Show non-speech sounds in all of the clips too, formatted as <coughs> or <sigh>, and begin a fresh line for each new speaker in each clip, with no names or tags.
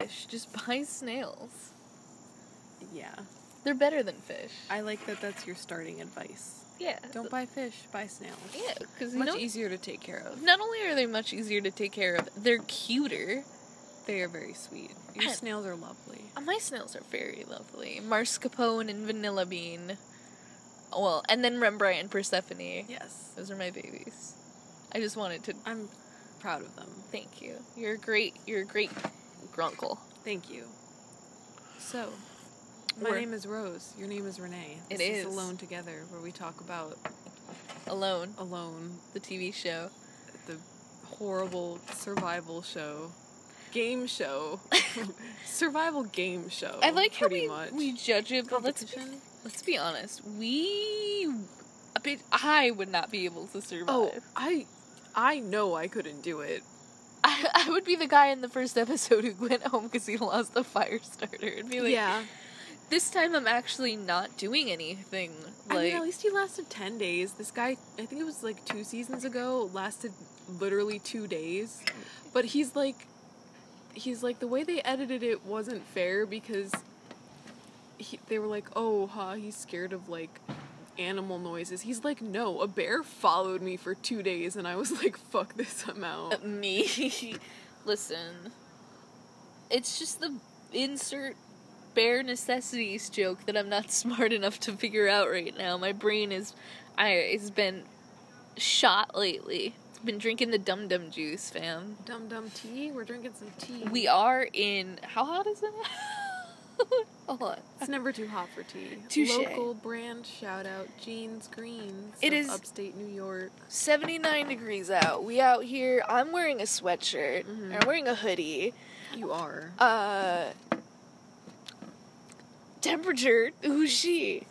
fish. Just buy snails.
Yeah.
They're better than fish.
I like that that's your starting advice.
yeah.
Don't buy fish, buy snails.
Yeah, because
Much
no,
easier to take care of.
not only are they much easier to take care of, they're cuter.
They are very sweet. Your snails are lovely.
Uh, My snails are very lovely. Marscapone and vanilla bean. Well, and then Rembrandt and Persephone.
Yes.
Those are my babies. I just wanted to
I'm proud of them.
thank you. You're a great. You're a great grunkle.
Thank you.
So,
My
we're
name is Rose. Your name is Renee.
It
This
is.
Alone Together, where we talk about
alone.
Alone,
The TV show.
the horrible survival show,
<laughs>
game show, survival game show.
I like how
Oh, pretty
we,
much.
we judge it, but let's be,
Competition?
let's be honest. We a bit. I would not be able to survive.
oh, I, I know I couldn't do it.
I, I would be the guy in the first episode who went home because he lost the fire starter and be like,
yeah.
this time I'm actually not doing anything. Like,
I mean, at least he lasted 10 days. This guy, I think it was like two seasons ago, lasted literally two days. But he's like, he's like, the way they edited it wasn't fair because he, they were like, oh, huh, he's scared of like animal noises. He's like, no, a bear followed me for two days and I was like, fuck this, I'm out.
<laughs> me. Listen, it's just the insert bare necessities joke that I'm not <laughs> smart enough to figure out right now. My brain is, I it's been shot lately. It's been drinking the dum dum juice, fam.
Dum dum tea? We're drinking some tea.
We are in. How hot is it? <laughs> Hold on.
It's never too hot for tea.
Touche.
Local brand shout out, Jeans Greens.
It
of
is-
upstate New York.
79 degrees out. We out here. I'm wearing a sweatshirt. I'm wearing a hoodie.
You are.
Uh. Temperature. Who's she?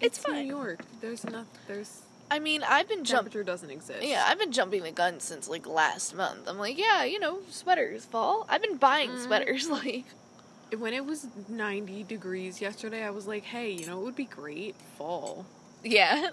It's, fine.
New York. There's nothing. There's
I mean, I've been jumping.
temperature doesn't exist.
Yeah, I've been jumping the gun since like last month. I'm like, yeah, you know, sweaters fall. I've been buying
Mhm.
sweaters. <laughs> Like,
When it was 90 degrees yesterday, I was like, hey, you know, it would be great fall.
yeah,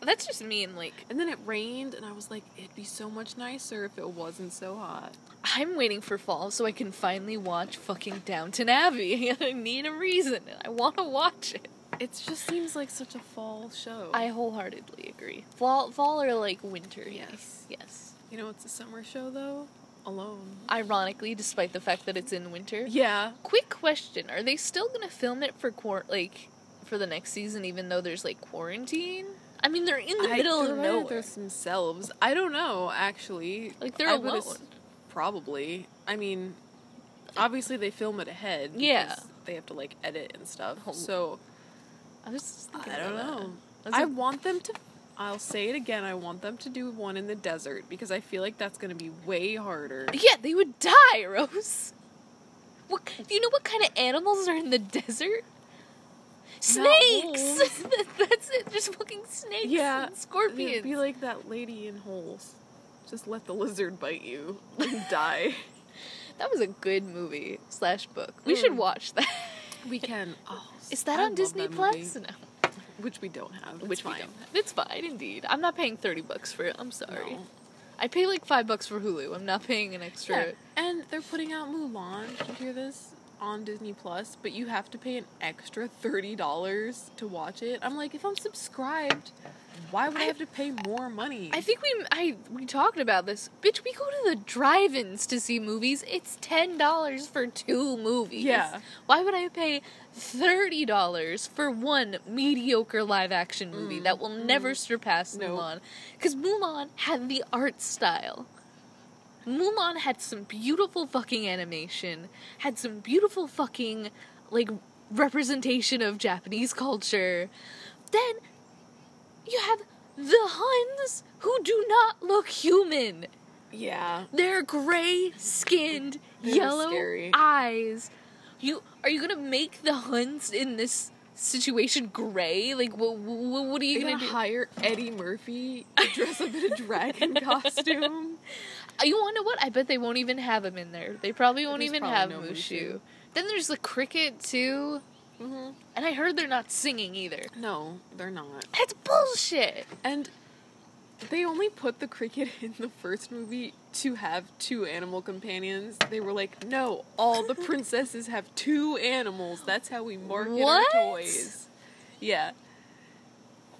that's just me. And like,
And then it rained, and I was like, it'd be so much nicer if it wasn't so hot.
I'm waiting for fall so I can finally watch fucking Downton Abbey. <laughs> I need a reason. and I want to watch it.
It just seems like such a fall show.
I wholeheartedly agree. Fall, fall or like winter.
Yes.
yes.
you know, it's a summer show though. Alone.
Ironically, despite the fact that it's in winter.
Yeah.
Quick question: Are they still gonna film it for quar- like for the next season, even though there's like quarantine? I mean, they're in the
<laughs> I-
middle
they're
of
right out
nowhere.
there themselves. I don't know, actually.
Like, they're
I would
alone.
ass- probably. I mean, obviously they film it ahead.
Yeah.
because They have to like edit and stuff.
Oh,
So
I was just thinking
I don't
about that.
know.
That's
I
a-
want them to. I'll say it again. I want them to do one in the desert because I feel like that's going to be way harder.
Yeah, they would die, Rose. What? ki- Do you know what kind of animals are in the desert? Snakes.
wolves.
That- <laughs> That's it. Just fucking snakes.
Yeah,
and scorpions.
It'd be like that lady in holes. Just let the lizard bite you and die.
that was a good movie slash book. We should
Mm.
watch that.
We <laughs> can. Oh,
Is that
I
on
love
Disney
that movie,
Plus? No.
which we don't have. It's
Which we
fine.
don't have. It's fine, indeed. I'm not paying thirty bucks for it. I'm sorry.
No.
I pay like five bucks for Hulu. I'm not paying an extra.
Yeah, And they're putting out Mulan. Did you hear this? On Disney Plus, but you have to pay an extra thirty dollars to watch it. I'm like, if I'm subscribed, why would I,
I-
have to pay more money?
I think we I we talked about this. Bitch, we go to the drive-ins to see movies. It's ten dollars for two movies.
Yeah.
Why would I pay thirty dollars for one mediocre live-action movie that will never surpass
Nope.
Mulan? Because Mulan had the art style. Mulan had some beautiful fucking animation, had some beautiful fucking like representation of Japanese culture. Then you have the Huns who do not look human.
yeah,
They're gray skinned,
They're
yellow
scary.
eyes. You are you gonna make the Huns in this situation gray? Like what? What, what are you
you're
gonna,
gonna hire Eddie Murphy to dress up in a dragon <laughs> costume.
do? Uh, You wanna know what? I bet they won't even have him in there. They probably won't
There's
even
probably
have
no
Mushu.
Mushu.
Then there's the cricket too,
Mhm.
and I heard they're not singing either.
No, they're not.
That's bullshit.
And They only put the cricket <laughs> in the first movie to have two animal companions. They were like, no,
<laughs>
all the princesses have two animals. That's how we market
What?
our toys. Yeah.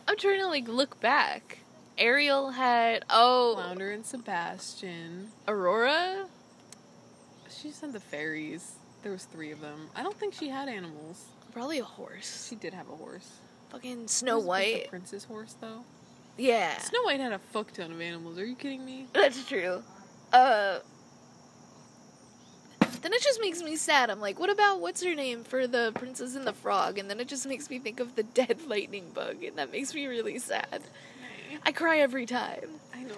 I'm trying to like look back. Ariel had oh
Flounder and Sebastian.
Aurora.
She said the fairies. There was three of them. I don't think she had animals.
Probably a horse.
She did have a horse.
Fucking Snow
Was it
White.
The prince's horse, though.
Yeah.
Snow White had a fuck ton of animals. Are you kidding me?
That's true. Uh then it just makes me sad. I'm like, what about what's her name for the Princess and the Frog? And then it just makes me think of the <laughs> dead lightning bug, and that makes me really sad. I cry every time.
I know.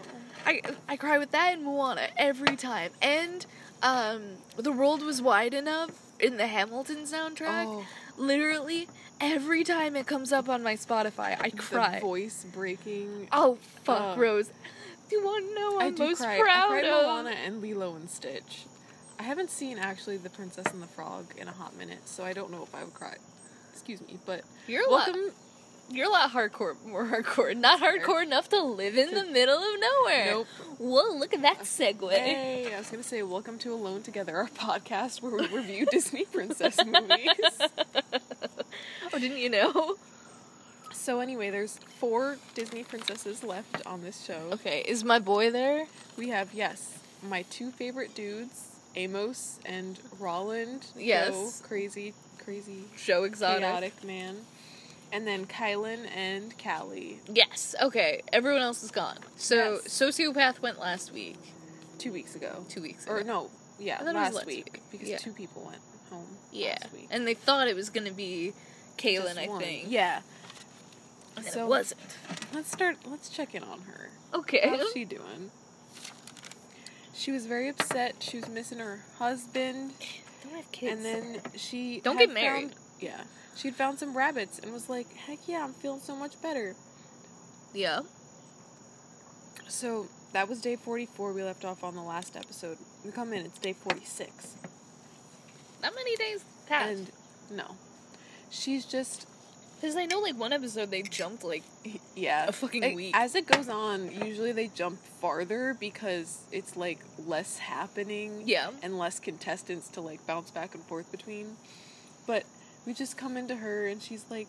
I I cry with that and Moana every time. And um, the world was wide enough in the Hamilton soundtrack.
Oh.
Literally every time it comes up on my Spotify, I cry.
The voice breaking.
oh fuck,
Oh.
Rose. Do you want to know what
I
I'm
do
most
cry.
proud
I cried
of?
Moana and Lilo and Stitch. I haven't seen actually The Princess and the Frog in a hot minute, so I don't know if I would cry. Excuse me, but
You're a lot-
welcome.
You're a lot hardcore, more hardcore. Not hardcore enough to live in the middle of nowhere.
Nope.
Whoa, look at that segue.
Hey, I was gonna say welcome to Alone Together, our <laughs> podcast where we
<laughs>
review Disney princess movies.
Oh, didn't you know?
So anyway, there's four Disney princesses left on this show.
Okay, is my boy there?
We have yes, my two favorite dudes, Amos and Roland.
Yes.
Joe, crazy, crazy,
Show exotic.
chaotic man. And then Kylan and Callie.
Yes. Okay. Everyone else is gone. So
Yes.
sociopath went last week,
two weeks ago.
two weeks ago.
Or no, yeah,
I thought it was
last,
last
week,
week.
because
Yeah.
two people went home.
yeah.
last week.
And they thought it was gonna be Kaylin,
Just
I
one.
think.
Yeah.
And
So-
it wasn't.
Let's start. Let's check in on her.
Okay.
How's she doing? She was very upset. She was missing her husband,
Don't have kids.
and then she
Don't
had
get married.
found- yeah, she'd found some rabbits and was like, "Heck yeah, I'm feeling so much better."
yeah.
So that was day 44. We left off on the last episode. We come in. It's day 46.
Not many days passed.
And no, she's just
Because I know, like one episode they jumped like
<laughs> Yeah.
A fucking
Like,
week.
As it goes on, usually they jump farther because it's like less happening.
Yeah.
And less contestants to like bounce back and forth between. But we just come into her and she's like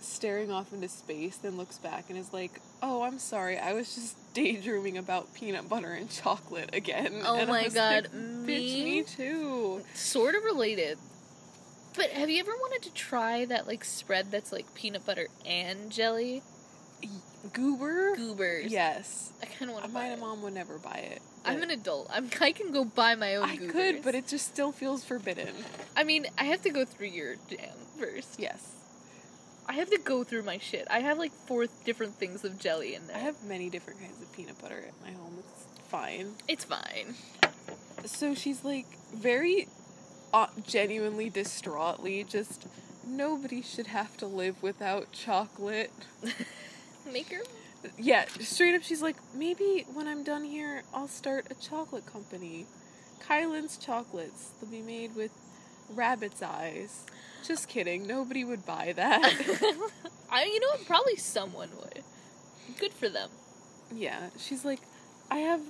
staring off into space, then looks back and is like, Oh, I'm sorry, I was just <laughs> daydreaming about peanut butter and chocolate again.
Oh
And I
my
was
God,
like, Bitch,
me?
me too.
sort of related. But have you ever wanted to try that like spread that's like peanut butter and jelly
Goober?
goobers?
Yes.
I kind of want to buy.
My
it.
mom would never buy it.
I'm
but-
an adult. I'm. <laughs> I can go buy my own.
I
goobers.
could, but it just still feels forbidden.
I mean, I have to go through your jam first.
Yes.
I have to go through my shit. I have like four different things of jelly in there.
I have many different kinds of peanut butter at my home. It's fine.
It's fine.
So she's like very uh, genuinely distraughtly just nobody should have to live without chocolate.
Maker.
Yeah, straight up she's like maybe when I'm done here I'll start a chocolate company. Kylan's chocolates. They'll be made with rabbit's eyes. Just kidding. Nobody would buy
<laughs>
that.
I. You know what? Probably someone would. Good for them.
Yeah, she's like, I have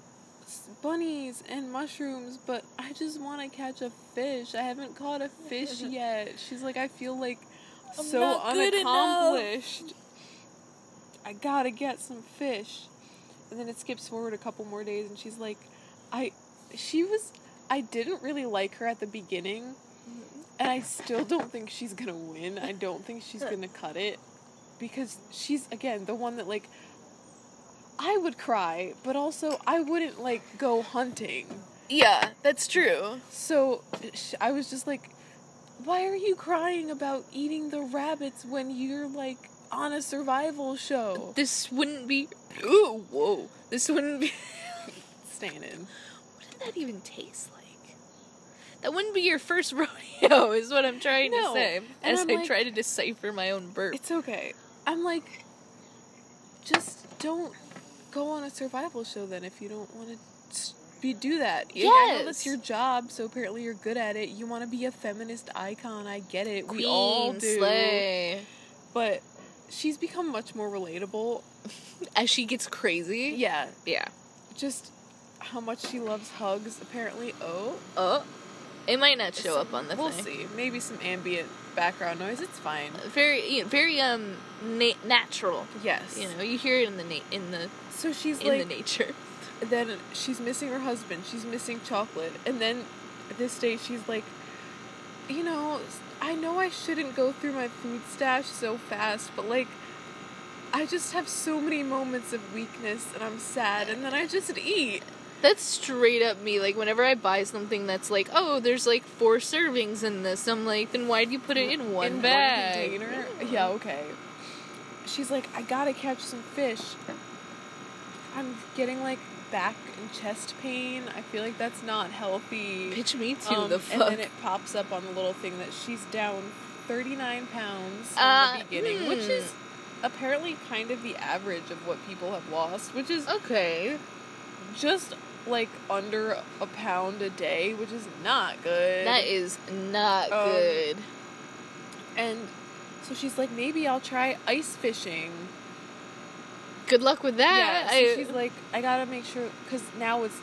s- bunnies and mushrooms, but I just want to catch a fish. I haven't caught a fish yet. She's like, I feel like
I'm
so
not good enough."
unaccomplished. I gotta get some fish. And then it skips forward a couple more days, and she's like, I, she was, I didn't really like her at the beginning,
Mm-hmm.
and I still don't think she's gonna win. I don't think she's
<laughs>
gonna cut it because she's again the one that like I would cry, but also I wouldn't like go hunting.
Yeah, that's true.
So sh- I was just like, why are you crying about eating the rabbits when you're like on a survival show?
This wouldn't be. Ooh, whoa. This wouldn't be.
Staying in.
What did that even taste like? That wouldn't be your first <laughs> rodeo, is what I'm trying
No,
to say.
and
As
I'm
I
like-
try to decipher my own burp.
It's okay. I'm like, just don't go on a survival show then if you don't want to be do that. Yeah, I know
Yes.
that's your job, so apparently you're good at it. You want to be a feminist icon. I get it. we all do.
Slay.
But she's become much more relatable.
As she gets crazy.
Yeah,
Yeah.
just how much she loves hugs. Apparently, oh,
Oh. It might not show up on the
We'll
thing.
see. Maybe some ambient background noise. It's fine.
Very, you know, very um na- natural.
Yes.
You know, you hear it in the na- in the
So she's
in the
like,
nature.
then she's missing her husband. She's missing chocolate, and then this day she's like, you know, I know I shouldn't go through my food stash so fast, but like. I just have so many moments of weakness and I'm sad and then I just eat.
That's straight up me. Like whenever I buy something that's like, oh, there's like four servings in this. I'm like, then why do you put it in one
in
bag?
container. Yeah, okay. She's like, I gotta catch some fish. I'm getting like back and chest pain. I feel like that's not healthy.
Pitch me to
Um,
the
And
fuck.
then it pops up on the little thing that she's down 39 pounds from
Uh,
the beginning, which
hmm.
is apparently kind of the average of what people have lost, which is
okay.
just like under a pound a day, which is not good.
That is not
Um,
good.
And so she's like, maybe I'll try ice fishing.
Good luck with
Yeah, <laughs>
that.
so
I-
she's like, I gotta make sure, because now it's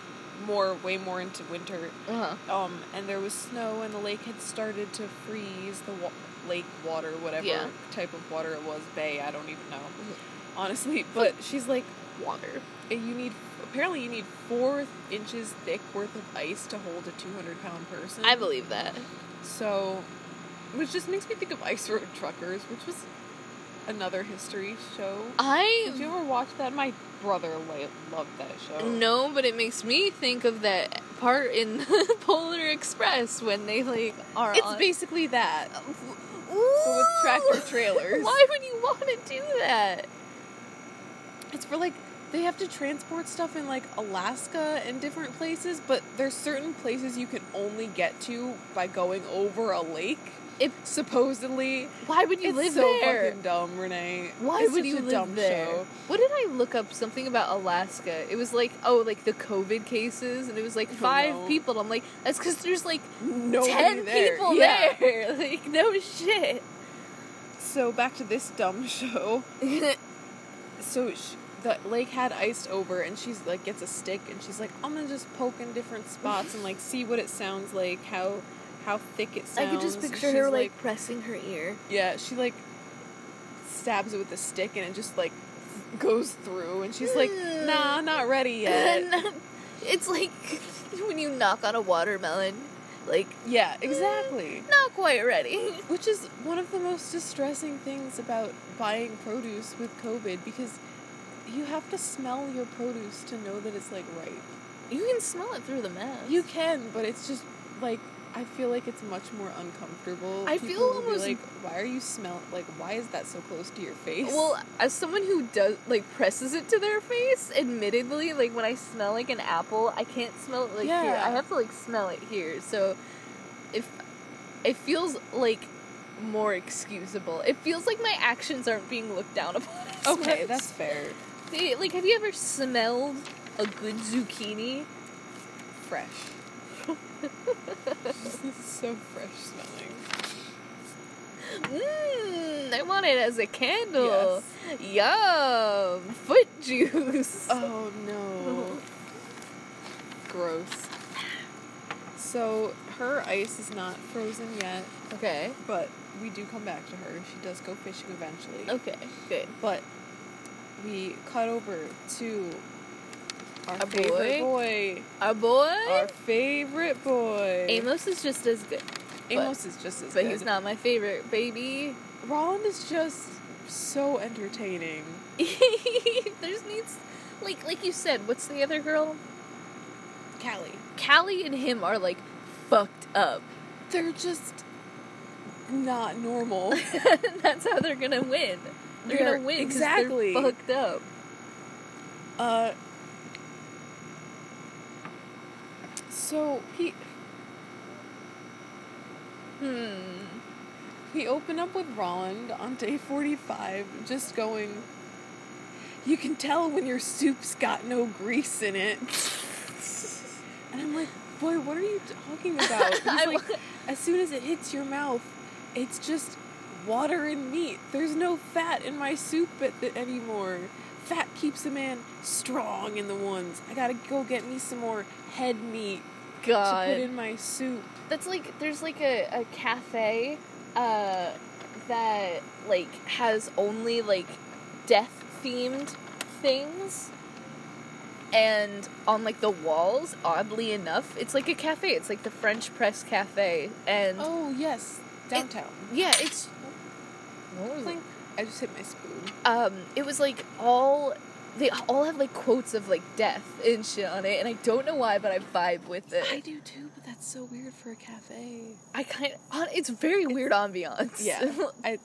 more, way more into winter.
uh-huh.
Um, and there was snow, and the lake had started to freeze. The wa- lake water, whatever
Yeah. Mm-hmm.
type of water it was, bay, I don't even know, honestly. But she's like,
water.
"Eh, you need. Apparently, you need four inches thick worth of ice to hold a two hundred pound person.
I believe that.
So, which just makes me think of Ice Road Truckers, which was another history show. Did you
I
ever watch that? My brother la- loved that show.
no, but it makes me think of that part in <laughs> Polar Express when they like are
It's
on.
basically that.
Ooh!
with
<gasps>
tractor trailers.
Why would you want to do that?
It's for like they have to transport stuff in like Alaska and different places, but there's certain places you can only get to by going over a lake.
If-
supposedly
Why would you
it's
live
so
there?
fucking dumb, Renee.
Why
It's
would
such
you
a
live
dumb
there?
show.
What did I look up something about Alaska? It was like, oh, like the COVID cases, and it was like
Oh,
five
no.
people. I'm like, that's because there's like
Nobody
ten
there.
people
Yeah.
there. <laughs> Like, no <laughs> shit.
So back to this dumb <laughs> show. so sh the lake had iced over and she's like gets a stick and she's like i'm gonna just poke in different spots and like see what it sounds like how how thick it
I
sounds
could just
And
picture
she's
her like pressing her ear.
yeah she like stabs it with a stick and it just like goes through and she's like
Mm.
nah not
<laughs>
ready yet
And it's like <laughs> when you knock on a watermelon, like
yeah exactly
not quite ready.
which is one of the most distressing things about buying produce with covid because you have to smell your produce to know that it's like ripe
You can smell it through the mask.
You can, but it's just like I feel like it's much more uncomfortable.
I
People
feel
will be
almost-
like, why are you smell like why is that so close to your face?
Well, as someone who does like presses it to their face, admittedly, like when I smell like an apple, I can't smell it like here.
Yeah.
I have to like smell it here. So if it feels like more excusable. It feels like my actions aren't being looked down upon. <laughs> as
okay,
much.
that's fair.
See, like have you ever smelled a good zucchini?
Fresh.
<laughs>
<laughs> this is so fresh smelling.
Mmm, I want it as a candle. Yum, foot <laughs> juice.
Oh
<laughs>
no. Gross. So her ice is not frozen yet,
Okay.
but we do come back to her. She does go fishing eventually.
Okay. Good.
But we cut over to our
A
favorite boy.
Our boy.
Our favorite boy.
Amos is just as good,
Amos is just as
but
good.
he's not my favorite, baby. <laughs>
Roland is just so entertaining.
There's needs, like like you said. What's the other girl?
Callie.
Callie and him are like fucked up. <laughs>
They're just
<laughs>
not normal.
That's how they're gonna win. They're,
They're-
gonna win 'cause
exactly.
They're fucked up.
uh So he
Hmm.
We open up with Roland on day 45, just going, You can tell when your soup's got no grease
<laughs>
in it. and I'm like,
<laughs>
Boy, what are you talking about? He's
I
like,
wa-
As soon as it hits your mouth, it's just water and meat. There's no fat in my soup at the, anymore. Fat keeps a man strong in the ones. I gotta go get me some more head meat to put in my soup.
That's like there's like a, a cafe uh that like has only like death themed things and on like the walls oddly enough it's like a cafe it's like the french press cafe and
Oh yes, downtown.
yeah it's what was it?
Clink. I just hit my spoon.
um it was like all they all have like quotes of like death and shit on it and i don't know why but i vibe with it
I do too, but that's so weird for a cafe.
I kind of, it's very weird ambiance. <laughs>
Yeah, I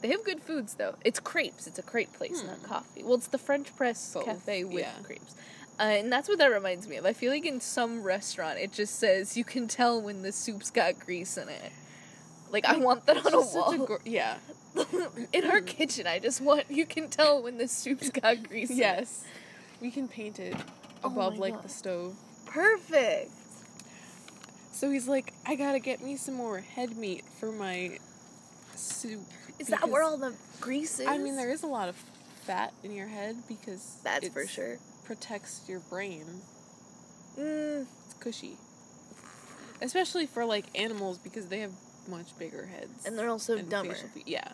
they have good foods though. It's crepes. It's a crepe place, not
Hmm.
coffee. Well, it's the French press
Both,
cafe with
yeah.
crepes. Uh, and that's what that reminds me of. I feel like in some restaurant, it just says you can tell when the soup's got grease in it. Like I
Like,
want that on a
Just such
wall.
gor- yeah.
<laughs> in our kitchen, I just want you can tell when the
<laughs>
soup's got grease. in it.
Yes. We can paint it
Oh
above
my
like the
God.
stove.
perfect.
So he's like, I gotta get me some more head meat for my soup.
Is that
because-
where all the grease is?
I mean, there is a lot of fat in your head because
That's
it
for sure.
protects your brain.
Mm,
It's cushy, especially for like animals because they have much bigger heads
and they're also
and
dumber.
facial fe- yeah.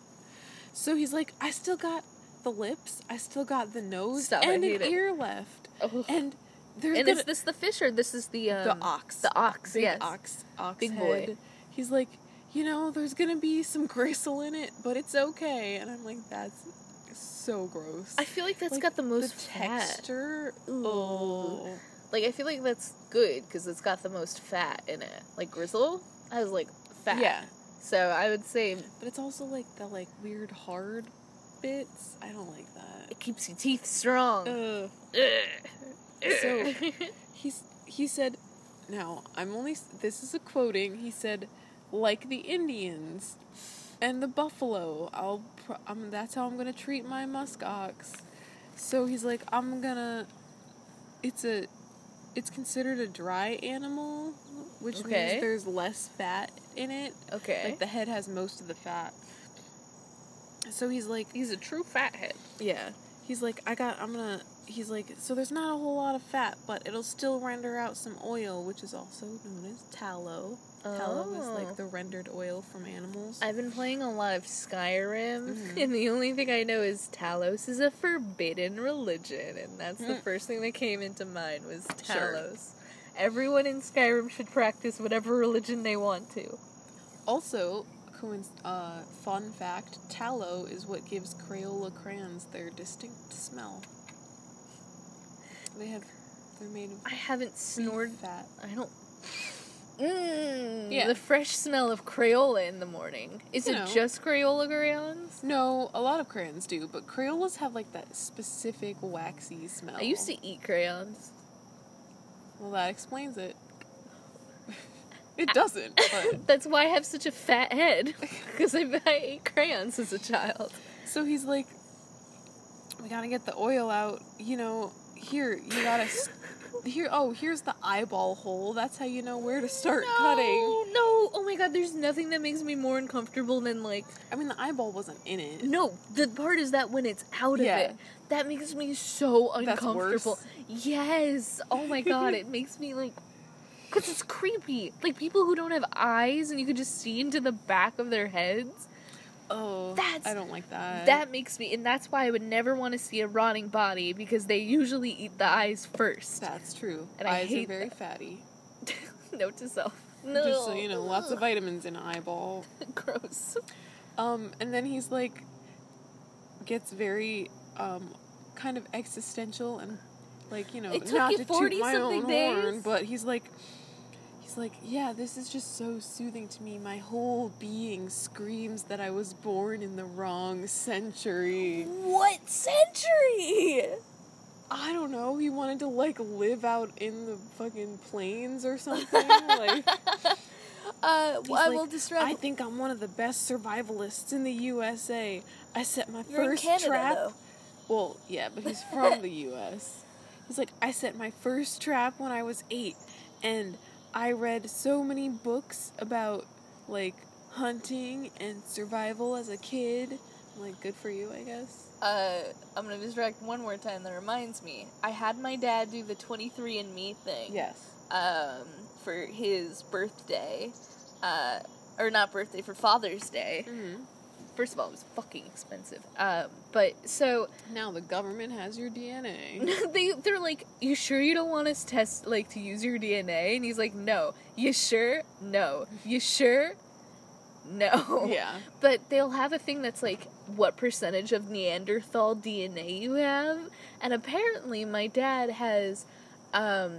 So he's like, I still got the lips, I still got the nose,
Stop, I
and
hate
an
it.
ear left,
Oh.
and they're
And
gonna-
is this the fish or this is the um,
the ox,
The ox,
big
yes.
ox, ox
Big boy.
head. He's like, you know, there's gonna be some gristle in it, but it's okay. And I'm like, that's so gross.
I feel like that's
Like,
got the
the
most fat.
texture.
Ooh.
Oh,
Like I feel like that's good because it's got the most fat in it. Like gristle has like fat.
yeah.
So I would say
But it's also like the like weird hard bits. I don't like that.
it keeps your teeth strong.
Ugh.
Ugh.
So-
Ugh.
He's he said, now I'm only s- this is a quoting. He said, like the Indians and the buffalo. I'll pro- um that's how I'm gonna treat my musk ox. So he's like, I'm gonna. It's a, it's considered a dry animal, which
Okay.
means there's less fat in it.
okay.
Like the head has most of the fat. So he's like,
He's a true fathead.
Yeah. He's like, I got, I'm gonna, he's like, so there's not a whole lot of fat, but it'll still render out some oil, which is also known as tallow. Tallow is
Oh.
like the rendered oil from animals.
I've been playing a lot of Skyrim,
Mhm.
and the only thing I know is Talos is a forbidden religion, and that's the
Mm.
first thing that came into mind was
Sure.
Talos. Everyone in Skyrim should practice whatever religion they want to.
also, coinc- uh, fun fact tallow is what gives Crayola crayons their distinct smell. They have, they're made of
I haven't snored.
fat.
I don't. Mm,
Yeah.
The fresh smell of Crayola in the morning. Is
You
it
know.
just Crayola crayons?
No, a lot of crayons do, but Crayolas have like that specific waxy smell.
I used to eat crayons. <coughs>
Well, that explains it. <laughs> it doesn't, but.
That's why I have such a fat head, <laughs> because I, I ate crayons as a child.
<laughs> So he's like, we gotta get the oil out. You know, here, you gotta. <laughs> s- Here, oh, here's the eyeball hole. That's how you know where to start
no,
cutting.
No, oh my god, there's nothing that makes me more uncomfortable than like
I mean, the eyeball wasn't in it.
no, the part is that when it's out
Yeah.
of it. That makes me so
That's
uncomfortable.
worse.
Yes. Oh my god, it makes me like cuz it's creepy. Like people who don't have eyes and you can just see into the back of their heads.
Oh,
That's-
I don't like that.
That makes me and that's why I would never want to see a rotting body because they usually eat the eyes first.
that's true.
And I
Eyes
hate
are very fatty.
<laughs> Note to self. No.
Just so you know, lots of vitamins in an eyeball.
<laughs> gross.
Um, and then he's like, gets very, um, kind of existential and, like you know,
It took
not
you
to toot
40
my own
something days?
horn, but he's like, he's like, yeah, this is just so soothing to me. My whole being screams that I was born in the wrong century.
What century?
I don't know. He wanted to like live out in the fucking plains or
<laughs>
something. like,
Uh,
He's
I
like,
will
I
distract.
think I'm one of the best survivalists in the USA. I set my
You're in
first
Canada,
trap.
though.
Well, yeah, but he's
<laughs>
from the US. He's like, I set my first trap when I was eight, and I read so many books about like hunting and survival as a kid. I'm like, good for you, I guess.
Uh, I'm gonna distract one more time. That reminds me, I had my dad do the 23andMe thing.
Yes.
um, for his birthday, uh, or not birthday, for Father's Day.
Mm-hmm.
First of all, it was fucking expensive. Um, but so <laughs>
Now the government has your DNA.
they they're like, "You sure you don't want us test like to use your DNA?" And he's like, "No. You sure? No. You sure? No."
<laughs> yeah.
But they'll have a thing that's like what percentage of Neanderthal DNA you have, and apparently my dad has um,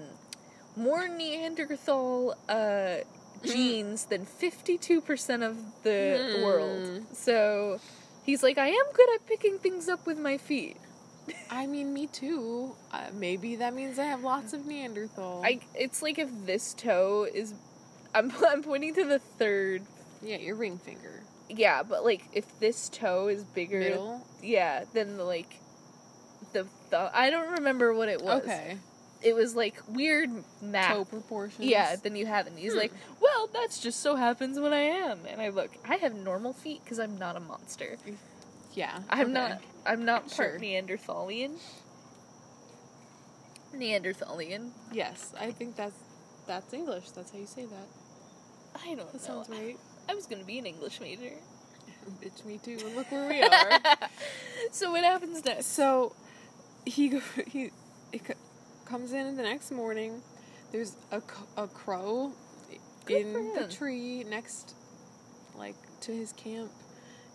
more Neanderthal uh, genes than fifty-two percent of the
Mm-hmm. Hmm.
world. So he's like, I am good at picking things up with my feet.
I mean, me too. Uh, maybe that means I have lots of Neanderthal.
I it's like if this toe is, <laughs> I'm I'm pointing to the third.
yeah, your ring finger.
Yeah, but like if this toe is bigger
Middle.
Yeah, then the, like the th- I don't remember what it was.
Okay.
It was like weird math.
Toe proportions.
Yeah, then you have it. And he's
Hmm.
like, "Well, that's just so happens when I am." And I look, I have normal feet because I'm not a monster.
yeah.
I'm
okay.
not. I'm not
Sure.
part Neanderthalian. Neanderthalian.
Yes, I think that's that's English. That's how you say that.
I don't know.
That sounds right.
I was gonna be an English major.
Bitch, me too. And
<laughs>
look where we are.
so what happens next?
so he go- <laughs> he it co- comes in the next morning. There's a, c- a crow
Good for
in the
him.
tree next, like to his camp,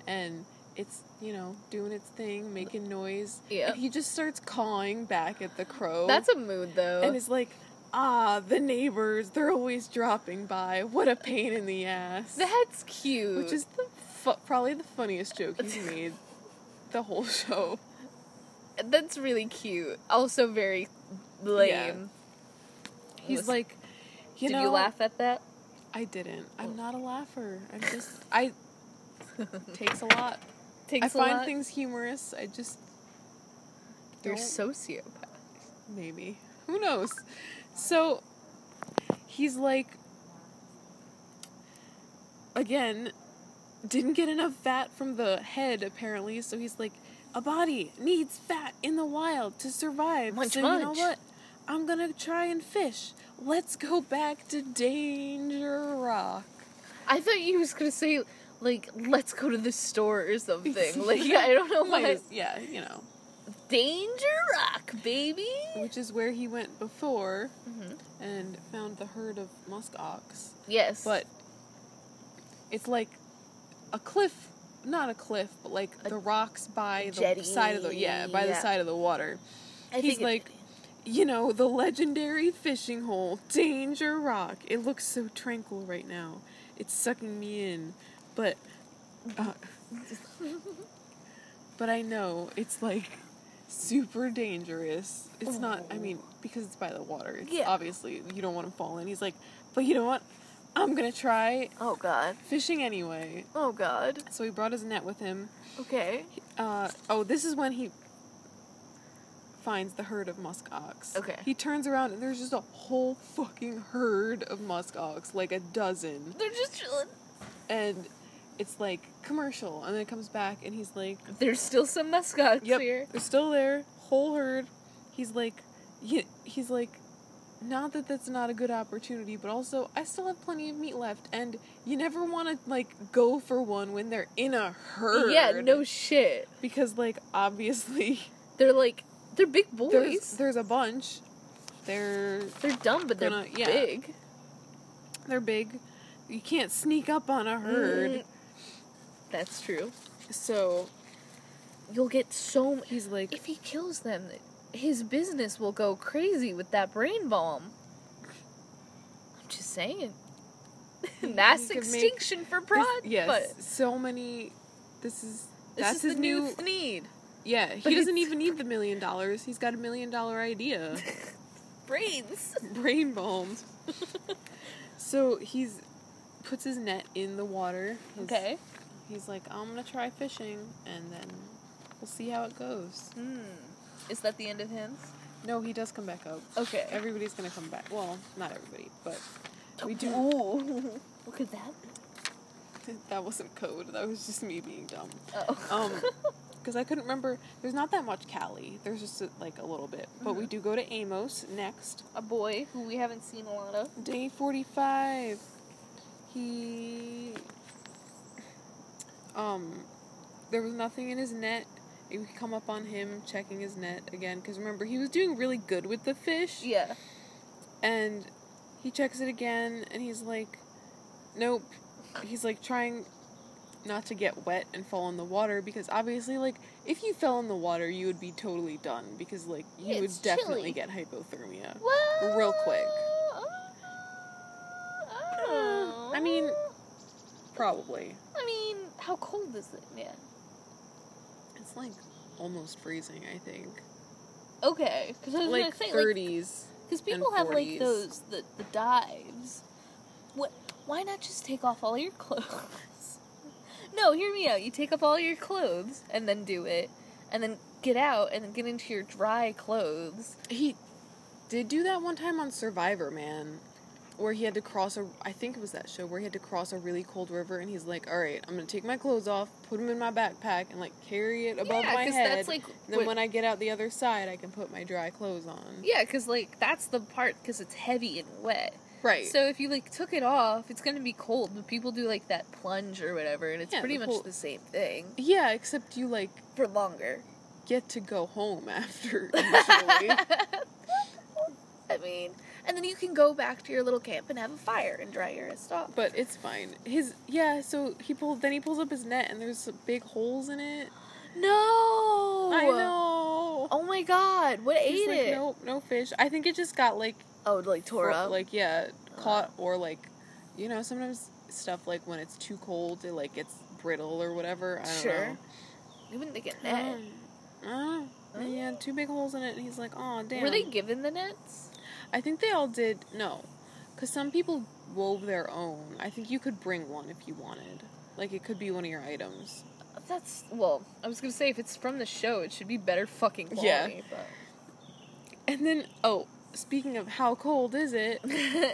and it's you know doing its thing, making noise.
Yeah.
and he just starts cawing back at the crow.
That's a mood though.
and is like. Ah, the neighbors, they're always dropping by. What a pain in the ass.
that's cute.
Which is the fu- probably the funniest joke he's made the whole show.
That's really cute. Also very lame.
He's
Was-
like, you
Did
know,
you laugh Oh. at that?
I didn't. I'm not a laugher. I'm just
<laughs>
I takes a lot.
Takes
I find
a lot.
things humorous. I just
You're
don't-
sociopath.
maybe who knows. So he's like again didn't get enough fat from the head apparently. So he's like a body needs fat in the wild to survive.
Munch,
so you know
munch.
what? I'm gonna try and fish. Let's go back to
<laughs>
Danger Rock.
I thought you was gonna say like let's go to the store or
<laughs>
something. Like I don't know
Might
why.
as- yeah, you know.
Danger Rock, baby.
Which is where he went before
Mhm.
and found the herd of musk ox.
Yes,
But it's like a cliff, not a cliff, but like the rocks by the
jetty,
side of the yeah, by the
yeah.
side of the water.
I
he's
think it-
like you know, the legendary fishing hole, Danger Rock. It looks so tranquil right now. It's sucking me in, but uh, but I know it's like super dangerous. It's not. I mean, because it's by the water. It's
Oh. Yeah.
obviously you don't want to fall in. He's like, but you know what? I'm gonna try
oh god,
fishing anyway.
oh god.
So he brought his net with him.
Okay,
Uh, oh, this is when he finds the herd of musk ox.
Okay.
He turns around and there's just a whole fucking herd of musk ox, like a dozen.
they're just chilling.
And it's like commercial. And then it comes back and he's like,
There's still some mascots
Yep,
here.
they're still there, whole herd. He's like, yeah, he's like, not that that's not a good opportunity, but also I still have plenty of meat left, and you never want to like go for one when they're in a herd.
Yeah, no shit.
because like obviously
They're like they're big boys.
there's there's a bunch. They're
they're dumb, but they're
Gonna- yeah.
big.
they're big. You can't sneak up on a herd.
Mm. That's true.
So
You'll get so m-
he's like,
if he kills them, his business will go crazy with that brain bomb. I'm just
<laughs>
saying. Mass
could make-
extinction for prod.
this- yes,
but
so many. This is
this
that's
is
his
the
new.
new th- need. <laughs>
yeah,
but
he doesn't
it's-
even need the million dollars. He's got a million
<laughs>
dollar idea. <laughs>
Brains.
Brain bombs. so he's puts his net in the water. His-
Okay.
He's like, I'm gonna try fishing, and then we'll see how it goes.
Hmm. Is that the end of him?
No, he does come back up.
Okay.
Everybody's gonna come back. Well, not everybody, but we do.
Ooh. Look at that.
<laughs> that wasn't code. That was just me being dumb.
Oh.
Um, because I couldn't remember. There's not that much Cali. There's just uh, like a little bit. But we do go to Amos next.
<laughs> a boy who we haven't seen a lot of.
Day 45. He. Um. There was nothing in his net. You could come up on him checking his net again. Because remember, he was doing really good with the fish.
Yeah.
And he checks it again and he's like, nope. He's like trying not to get wet and fall in the water because obviously, like, if you fell in the water, you would be totally done because, like, you
Yeah,
would
it's chilly.
definitely get hypothermia.
Whoa!
Real quick.
Oh.
I mean- Probably.
I mean, how cold is it, man?
It's like almost freezing, I think.
Okay, because I was
Like
gonna say, like,
thirties.
because
and
people have like
40s.
those the the dives. What? Why not just take off all your <laughs> clothes? no, hear me out. You take off all your clothes and then do it, and then get out and then get into your dry clothes.
he did do that one time on Survivor, man, where he had to cross a. I think it was that show where he had to cross a really cold river, and he's like, "All right, I'm gonna take my clothes off, put them in my backpack, and like carry it above
Yeah,
my
'cause
head.
that's, like,
And then
what-
when I get out the other side, I can put my dry clothes on.
Yeah, because like that's the part because it's heavy and wet.
Right.
So if you like took it off, it's gonna be cold. But people do like that plunge or whatever, and it's
Yeah,
pretty
the
much
whole-
the same thing
yeah, except you like
for longer.
get to go home <laughs> after.
<laughs>
Usually.
I mean, and then you can go back to your little camp and have a fire and dry your wrist off.
But it's fine. His yeah. So he pulled. Then he pulls up his net, and there's some big holes in it.
No,
I know.
Oh my god, what
He's
Oh, uh, ate
like,
it?
Nope, no fish. I think it just got like,
Oh, it, like tore
fro-
up.
like yeah, caught or like, you know, sometimes stuff like when it's too cold, it like gets brittle or whatever. I don't
sure.
know. Oh,
You wouldn't they get net?
Yeah. he had two big holes in it, and he's like, "Oh, damn."
Were they given the nets?
I think they all did. No, because some people wove their own. I think you could bring one if you wanted. Like it could be one of your items.
That's well. I was gonna say if it's from the show, it should be better fucking
Yeah.
quality.
And then, oh, speaking of how cold is it?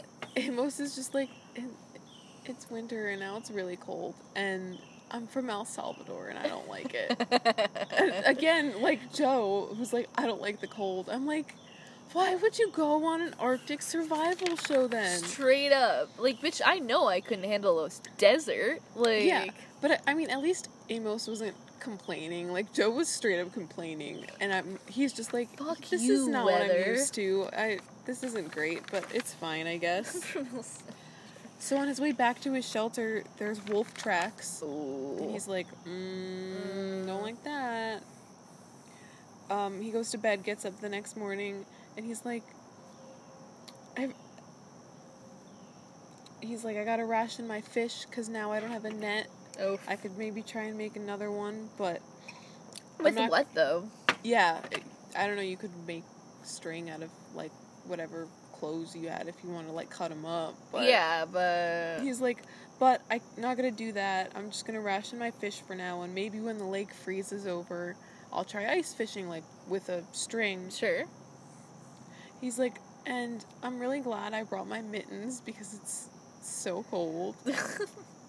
<laughs>
But.
Amos is just like, "It- it's winter and now it's really cold, and I'm from El Salvador and I don't like it.
<laughs>
<laughs> And again, like Joe, who's like, I don't like the cold. I'm like, why would you go on an Arctic survival show then?
Straight up. Like, bitch, I know I couldn't handle a desert. Like, <laughs>
Yeah, but I- I mean, at least Amos wasn't complaining. Like Joe was straight up complaining, and I'm, he's just like,
Fuck
this is
you,
not what I'm
weather."
used to. I this isn't great, but it's fine, I guess.
<laughs>
So on his way back to his shelter, there's wolf tracks. And he's like, mm, don't like that. Um, he goes to bed, gets up the next morning, and he's like, I. He's like, I gotta ration my fish because now I don't have a net.
oh,
I could maybe try and make another one, but
with
not-
what though?
yeah, it- I don't know. You could make string out of like whatever clothes you had if you want to like cut them up. But
yeah, but
He's like, but I'm not gonna do that. I'm just gonna ration my fish for now, and maybe when the lake freezes over, I'll try ice fishing, like with a string.
sure. <laughs>
He's like, and I'm really glad I brought my mittens because it's so cold.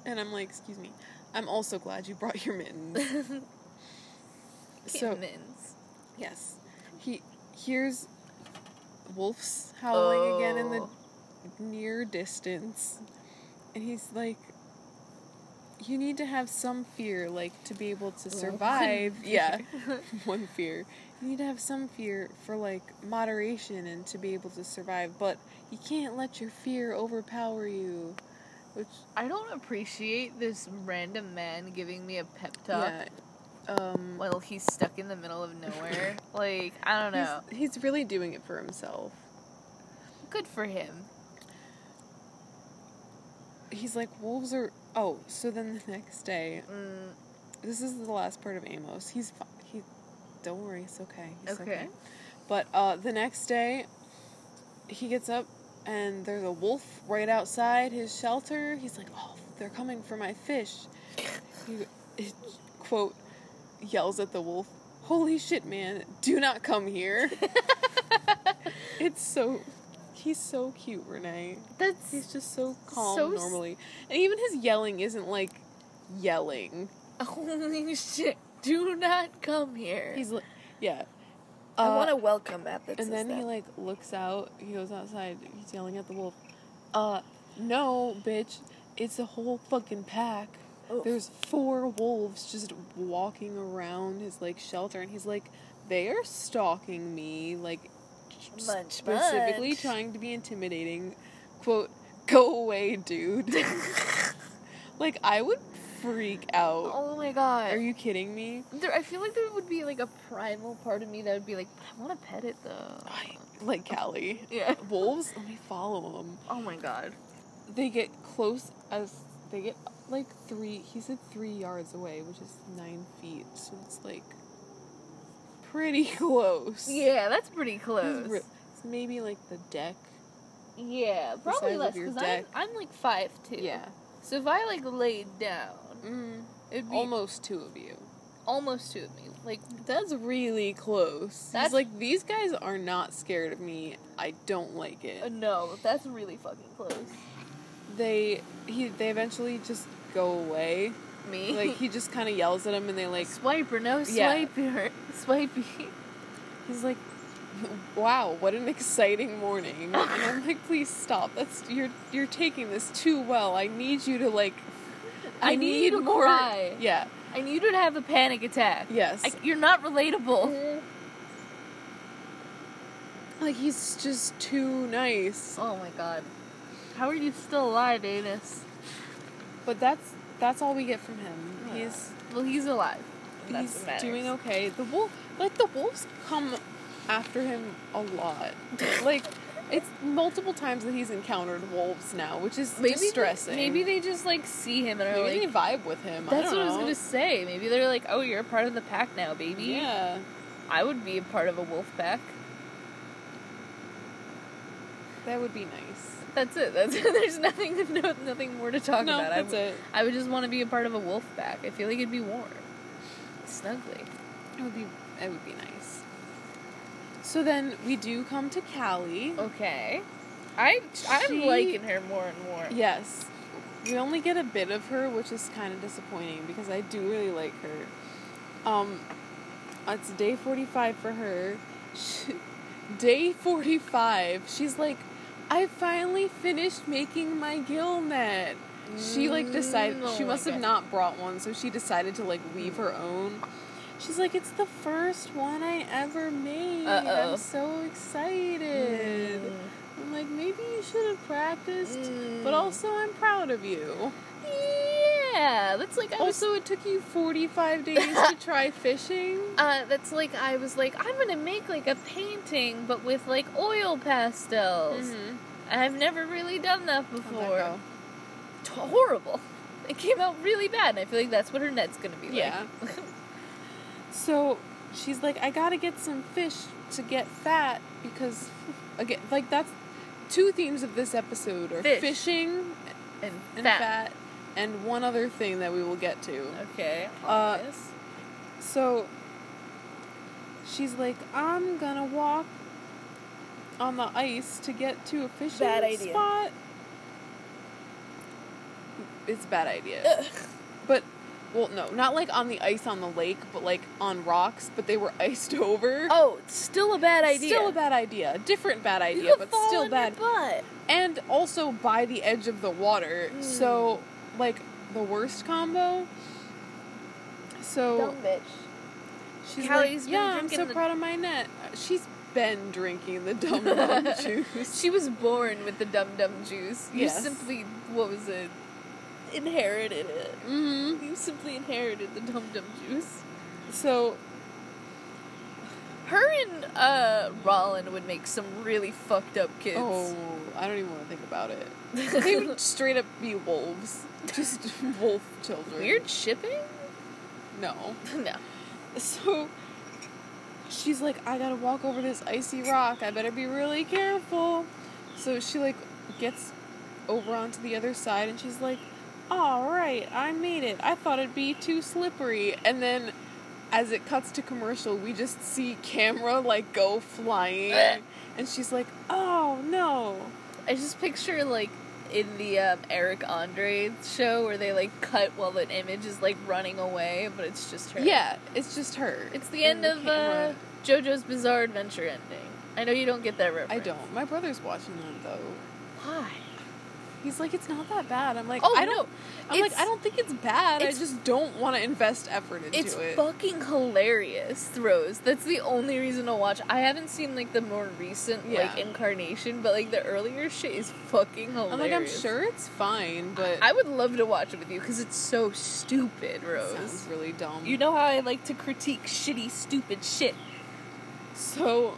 and I'm like, excuse me, I'm also glad you brought your mittens. so
Kittens.
yes, he hears wolves howling again in the
Oh.
near distance. And he's like, You need to have some fear, like, to be able to survive. yeah. <laughs> One fear. You need to have some fear for, like, moderation and to be able to survive, but you can't let your fear overpower you. Which,
I don't appreciate this random man giving me a pep talk
yeah. Um,
while he's stuck in the middle of
<laughs>
nowhere. like, I don't know.
he's, he's really doing it for himself.
Good for him.
He's like, Wolves are. Oh, so then the next day,
Mm,
this is the last part of Amos. He's fine. He, don't worry, it's okay. He's
Okay.
But uh, the next day, he gets up and there's a wolf right outside his shelter. He's like, "Oh, they're coming for my fish." He, he quote yells at the wolf, "Holy shit, man! Do not come here." it's so. He's so cute, Renee.
that's
He's just so calm
So s-
normally, and even his yelling isn't like yelling.
<laughs> Holy shit! Do not come here.
He's like, yeah.
I
Uh,
want to welcome Athens.
And then he like looks out. He goes outside. He's yelling at the wolf. Uh, no, bitch! It's a whole fucking pack.
Oh,
Oof.
There's four wolves just walking around his like shelter, and he's like, they are stalking me, like s-
Munch,
specifically
munch.
trying to be intimidating. Quote, go
<laughs>
away, dude. like I would freak out.
oh my god.
Are you kidding me?
There, I feel like there would be like a primal part of me that would be like, I want to pet it though.
<laughs>
like Callie.
Yeah.
Wolves, let me follow them.
Oh my god.
They get close as they get like three. He said three yards away, which is nine feet. So it's like pretty <laughs> close.
Yeah, that's pretty
It's,
close.
re- it's maybe like the deck.
yeah, probably
size of
less
your
because I'm,
deck.
I'm like five two. So if I like laid down,
Mm,
it'd be almost,
almost two of you.
almost two of me. Like
That's really
That's-
close. That's like these guys are not scared of me. I don't like it.
uh, no, that's really fucking close.
They he they eventually just go <laughs> away.
Me
Like he just kind of yells at them and they like
swipe or no
Yeah.
swipe <laughs> or swipey.
He's like, <laughs> "Wow, what an exciting morning!" And I'm like, "Please stop. That's you're you're taking this too well. I need you to like,
I need you to
more-
cry.
Yeah.
I need you to have a panic attack.
Yes.
I, you're not relatable.
like he's just too nice.
Oh my god. How are you still alive, Anus?
But that's that's all we get from him.
Yeah.
He's
Well, he's alive. and that's
he's
what matters.
doing okay. The wolf, like the wolves, come after him a lot. like. It's multiple times that he's encountered wolves now, which is
maybe
distressing.
They, maybe they just like see him and are
Maybe
like,
they vibe with him. I
"That's
don't
what I was
know.
gonna say." Maybe they're like, "Oh, you're a part of the pack now, baby."
Yeah.
I would be a part of a wolf pack.
That would be nice.
That's it. That's <laughs> it. There's nothing, no, nothing more to talk
No,
about. I
that's
would-
it.
I would just want to be a part of a wolf pack. I feel like it'd be warm, snugly.
It would be. It would be nice. So then we do come to Callie.
Okay, I I'm
She-
liking her more and more.
Yes. We only get a bit of her, which is kind of disappointing because I do really like her. Um, it's day forty-five for her. She, day forty-five. She's like, I finally finished making my gill net. She like decided
Mm, oh
she
my
must have
God.
not brought one, so she decided to like weave her own. She's like, it's the first one I ever made.
Uh-oh.
I'm so excited. I'm like, maybe you should have practiced,
Mm.
but also I'm proud of you.
Yeah, that's like I was
Also, it took you 45 days
<laughs>
to try fishing.
Uh, that's like I was like I'm gonna make like a painting, but with like oil pastels.
Mm-hmm.
And I've never really done that before.
Or-
T- horrible. It came out really bad, and I feel like that's what her net's gonna be like.
Yeah. So she's like, I gotta get some fish to get fat because, again, like that's two themes of this episode are
Fish.
fishing
<laughs> and
and
fat.
fat, and one other thing that we will get to.
Okay.
Uh,
obvious.
So she's like, I'm gonna walk on the ice to get to a fishing
Bad idea.
spot. It's a bad idea.
Ugh.
But well, no, not like on the ice on the lake, but like on rocks. But they were <laughs> iced over.
oh, it's still a bad idea.
Still a bad idea. A different bad
You
idea,
could
but
fall
still
on your
bad.
butt.
And also by the edge of the water.
Mm.
So like the worst combo. So
Dumb bitch.
She's
Callie's
like,
been
yeah, I'm
drinking
so
the-
proud of my net. She's been drinking the
<laughs>
dumb rum <laughs> juice.
She was born with the dum dum juice. You
Yes.
simply what was it?
Inherited it.
Mm.
You simply inherited the dum dum juice.
So
Her and uh Rollin would make some really fucked up kids. <laughs>
oh, I don't even want to think about it. <laughs> They would straight up be wolves, just wolf children.
Weird shipping? <laughs>
No.
No.
So she's like, I gotta walk over this icy rock. I better be really careful. So she like gets over onto the other side and she's like, All right, I made it. I thought it'd be too slippery. And then as it cuts to commercial, we just see camera like go flying. and she's like, Oh no.
I just picture like in the um, Eric Andre show where they like cut while the image is like running away, but it's just her.
Yeah, it's just her.
It's the end
And the
of uh,
camera.
JoJo's Bizarre Adventure ending. I know you don't get that reference.
I don't. My brother's watching them though.
Why?
He's like, it's not that bad. I'm like,
Oh,
I don't.
no.
I'm like,
It's-
I don't think it's bad.
it's-
I just don't want to invest effort into
It's
it.
fucking hilarious, Rose. That's the only reason to watch. I haven't seen like the more recent
Yeah.
like incarnation, but like the earlier shit is fucking hilarious.
I'm like, I'm sure it's fine, but
I would love to watch it with you because it's so stupid,
it sounds
Rose.
really dumb.
You know how I like to critique shitty, stupid shit.
So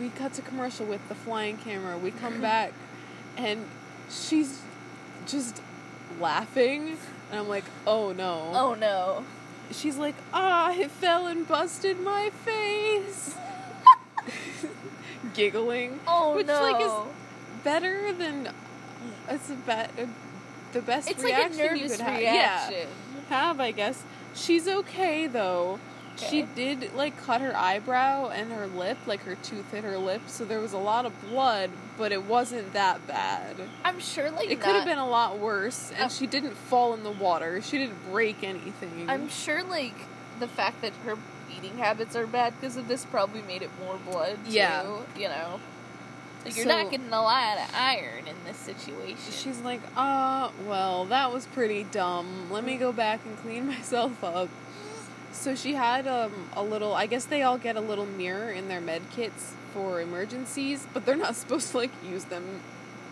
we cut to commercial with the flying camera.
<laughs>
We come back and she's just laughing. And I'm like, oh no.
Oh no.
She's like, ah, it fell and busted my
<laughs>
face. <laughs> Giggling.
Oh
Which,
no.
like, is better than. It's a be- the best
it's like a
reaction you
nervous
could have.
reaction.
Yeah have, I guess. She's okay though. She
Okay.
did like cut her eyebrow and her lip, like her tooth hit her lip, so there was a lot of blood, but it wasn't that bad.
I'm sure like
It could
not-
have been a lot worse, and
Uh,
she didn't fall in the water. She didn't break anything.
I'm sure like the fact that her eating habits are bad because of this probably made it more blood.
Yeah.
too, you know. Like you're
So-
not getting a lot of iron in this situation.
She's like, uh, well, that was pretty dumb. Let me go back and clean <laughs> myself up. So she had um, a little, I guess they all get a little mirror in their med kits for emergencies, but they're not <laughs> supposed to, like, use them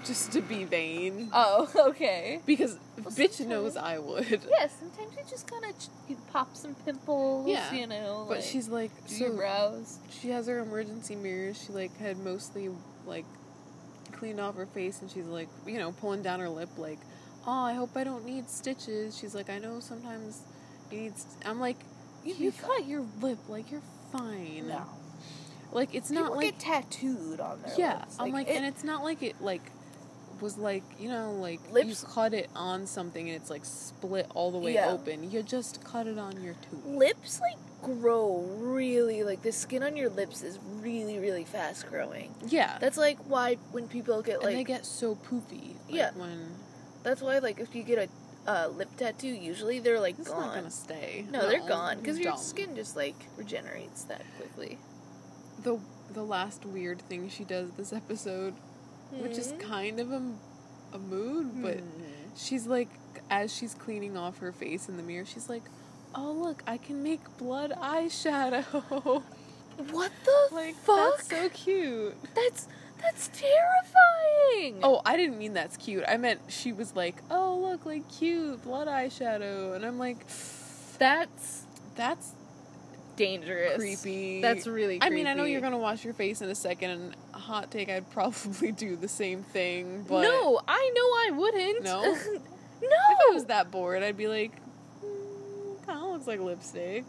just to be vain.
oh, <laughs> okay.
Because bitch
sometimes-
knows I would.
<laughs> Yeah, sometimes you just kind of you pop some pimples.
Yeah.
you know.
But
like,
she's like,
do your
so
brows.
she has her emergency mirrors. She, like, had mostly, like, cleaned off her face, and she's like, you know, pulling down her lip, like, oh, I hope I don't need stitches. She's like, I know sometimes you need. St-. I'm like, you,
You
cut your lip, like you're fine. Like it's not
People
like
get tattooed on their
yeah.
lips.
I'm like,
it-
and it's not like it like was like you know like
Lips-
you cut it on something and it's like split all the way
Yeah.
open. You just cut it on your tooth.
lips like grow really like the skin on your lips is really really fast growing.
Yeah,
That's like why when people get
and
like
they get so poopy. Like,
Yeah.
when
That's why, like, if you get a uh, lip tattoo, usually they're like
it's not
gone.
gonna stay.
No, they're gone because your
dumb.
skin just like regenerates that quickly.
The the last weird thing she does this episode, which
Hmm.
is kind of a a mood, but. she's like as she's cleaning off her face in the mirror she's like oh look i can make blood eyeshadow <laughs>
what the
like
fuck?
that's so cute
That's that's terrifying.
oh i didn't mean that's cute i meant she was like oh look like cute blood eyeshadow and i'm like
that's
that's
dangerous.
creepy
That's really.
I
creepy.
mean, I know you're gonna wash your face in a second, and a hot take, I'd <laughs> probably do the same thing, but
no, I know I wouldn't. <laughs>
No?
no.
if I was that bored, I'd be like, mm, kinda looks like lipstick.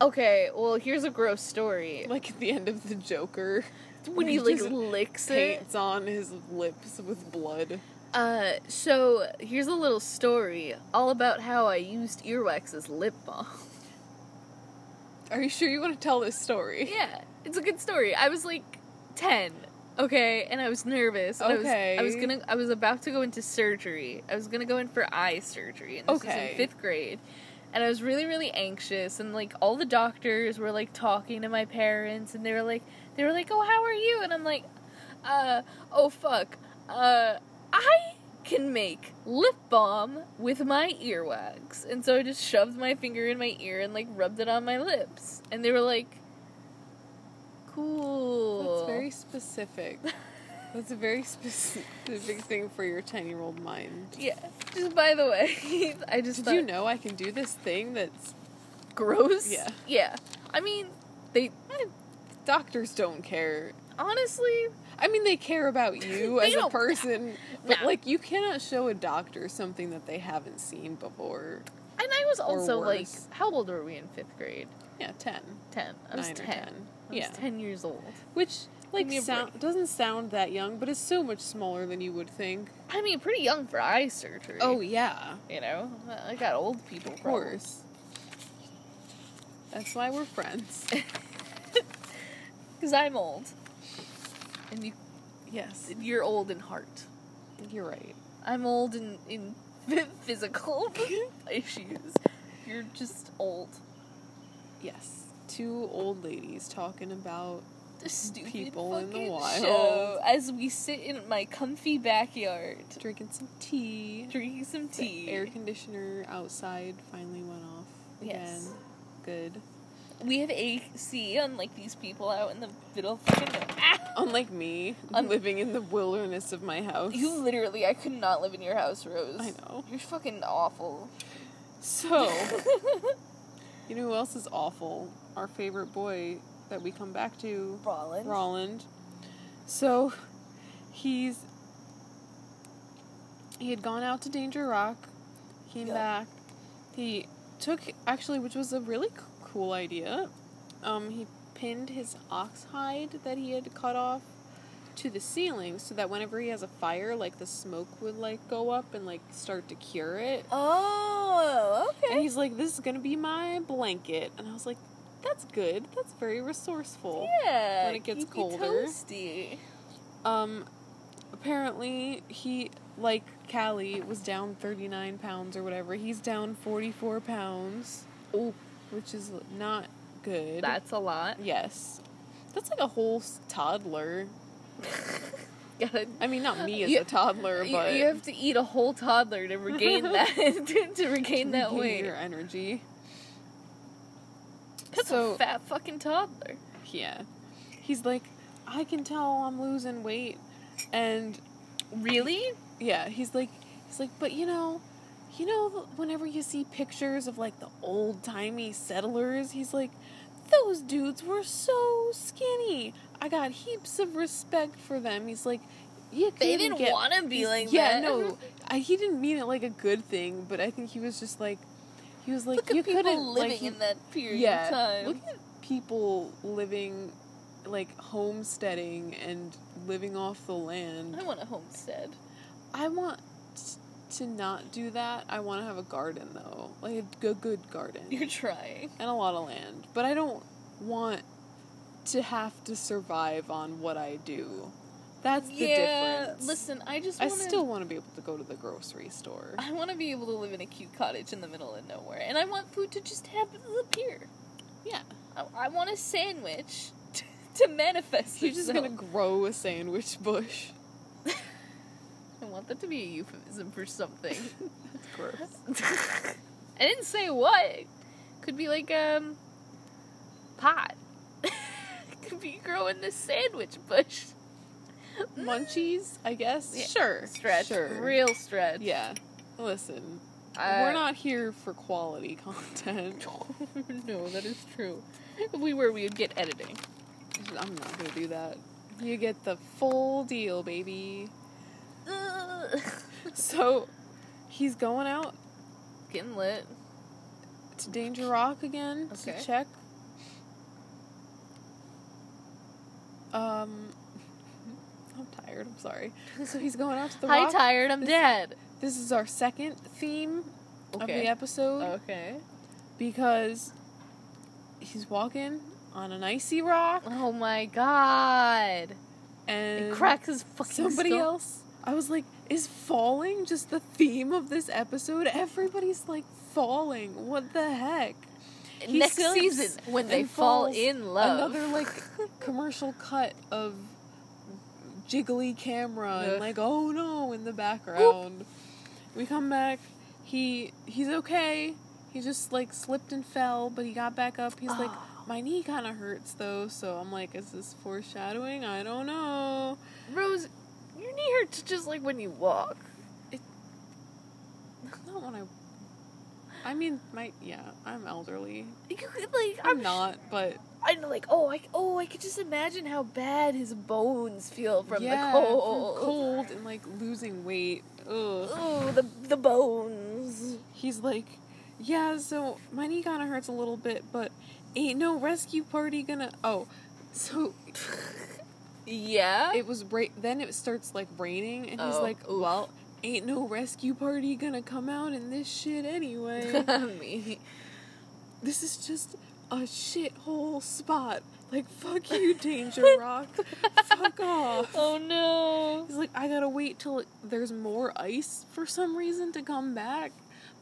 okay. Well, here's a gross story.
Like at the end of the Joker.
when he
he
like
just
licks it,
paints on his lips with blood.
Uh, so here's a little story all about how I used earwax as lip balm.
Are you sure you want to tell this story?
yeah, it's a good story. I was like ten, okay, and I was nervous. and
Okay.
I was, I was gonna, I was about to go into surgery. I was gonna go in for eye surgery, and this was
Okay.
in fifth grade. And I was really, really anxious, and like all the doctors were like talking to my parents, and they were like, they were like, "Oh, how are you?" And I'm like, "Uh, oh fuck, uh, I." can make lip balm with my earwax. And so I just shoved my finger in my ear and like rubbed it on my lips. And they were like, cool. <laughs>
That's very specific. That's a
<laughs>
very specific thing for your 10 year old mind.
Yeah. Just by the way, <laughs> I just
Did
thought
you know I can do this thing that's.
gross.
Yeah.
Yeah. I mean, they eh,
Doctors don't care.
honestly,
I mean, they
<laughs>
care about you
They
as a
don't-
person, but
Nah.
like, you cannot show a doctor something that they haven't seen before.
and I was
Or
also like,
worse.
how old were we in fifth grade?
Yeah, 10.
Ten. I was
Nine or
ten.
10.
I was
Yeah.
ten years old.
Which, like,
me a
sound, doesn't sound that young, but is so much smaller than you would think.
I mean, pretty young for eye surgery.
Oh, yeah.
you know, I got old people.
Of course. That's why we're friends.
<laughs> Because I'm old, and you,
yes.
you're old in heart.
You're right.
I'm old in in <laughs> physical <laughs> issues. You're just old.
Yes. Two old ladies talking about
The stupid
People in the
fucking
wild.
show as we sit in my comfy backyard
drinking some tea.
drinking some
The
tea.
air conditioner outside finally went off again.
Yes.
Good.
We have AC on like these people out in the middle of fucking ah!
Unlike me,
Un-
living in the wilderness of my house.
You literally, I could not live in your house, Rose.
I know.
You're fucking awful.
So, you know who else is awful? Our favorite boy that we come back to,
<laughs> Rollins.
Roland. So, he's he had gone out to Danger Rock, came
Yeah.
back. He took actually, which was a really c- cool idea. Um, he pinned his ox hide that he had cut off to the ceiling so that whenever he has a fire, like the smoke would like go up and like start to cure it.
Oh, okay.
And he's like, "This is gonna be my blanket," and I was like, "That's good. That's very resourceful."
yeah.
when it gets
keep you
colder.
Toasty.
Um, apparently he like Callie was down thirty nine pounds or whatever. He's down forty four pounds. Oh, which is not good.
That's a <laughs>
<laughs>
lot.
yes, that's like a whole s- toddler.
Gotta-
I mean, not me as
You-
a toddler,
you,
but
you have to eat a whole toddler to
<laughs>
regain that <laughs> to, to regain that weight.
your energy.
That's
So-
a fat fucking toddler.
Yeah, he's like, I can tell I'm losing weight, and
Really?
yeah he's like he's like but you know you know whenever you see pictures of like the old timey settlers he's like those dudes were so skinny i got heaps of respect for them he's like you
They
couldn't
didn't
get-
want to be
he's-
like
yeah
that.
no I, he didn't mean it like a good thing but i think he was just like he was like
Look
you
at people
couldn't
living
like,
in that period
yeah
of time.
look at people living like homesteading and living off the land
I want a homestead. <laughs>
I want to not do that. I want to have a garden though, like a good, good garden
You're trying.
and a lot of land. But I don't want to have to survive on what I do. That's the
yeah.
difference.
Listen, Uh, I just
I
want
still want to be able to go to the grocery store.
I want to be able to live in a cute cottage in the middle of nowhere, and I want food to just happen to appear. <laughs>
Yeah,
I, I want a sandwich <laughs> to manifest
you're just
itself.
gonna grow a sandwich bush.
I want that to be a euphemism for something.
That's gross.
<laughs> I didn't say what. Could be like um pot. <laughs> Could be growing this sandwich bush.
<laughs> Munchies, I guess.
Yeah.
Sure,
Mm. Stretch,
Sure.
real stretch.
yeah. Listen,
I-
we're not here for quality content.
<laughs> no, that is true. If we were, we would get editing.
I'm not gonna do that. You get the full deal, baby. So he's going out
<laughs> Getting lit.
to Danger Rock again
Okay.
to check. Um, I'm tired. I'm sorry. So he's going out to the
Hi,
rock.
tired. I'm dead.
This is our second theme of
Okay. Oh.
the episode
Okay.
because he's walking on an icy rock
Oh my god.
and
It cracks his fucking
somebody
skull.
else i was like is falling just the theme of this episode everybody's like falling what the heck He
Next
slips
season, when they
and
fall
falls.
in love.
another
<laughs>
like commercial cut of jiggly camera
Ugh.
and like oh no in the background we come back he he's okay he just like slipped and fell but he got back up
<gasps>
he's like
Oh.
my knee kind of hurts though so i'm like is this foreshadowing i don't know
Rose, your knee hurts just like when you walk.
Not when I. I mean, my yeah, I'm elderly.
You could like
I'm, not, but
I'm like oh I oh I could just imagine how bad his bones feel from
yeah,
the cold.
from cold and like losing weight. Ugh.
Ooh, the the bones.
He's like, yeah. So my knee kind of hurts a little bit, but ain't no rescue party gonna. Oh, so
Yeah.
it was right. Then it starts like raining, and he's
Oh,
like,
oof.
well, ain't no rescue party
<laughs>
gonna come out in this shit anyway.
<laughs> Me.
this is just a shithole spot. Like,
<laughs>
fuck you, Danger Rock. fuck off.
Oh no.
He's like, I gotta wait till there's more ice for some reason to come back.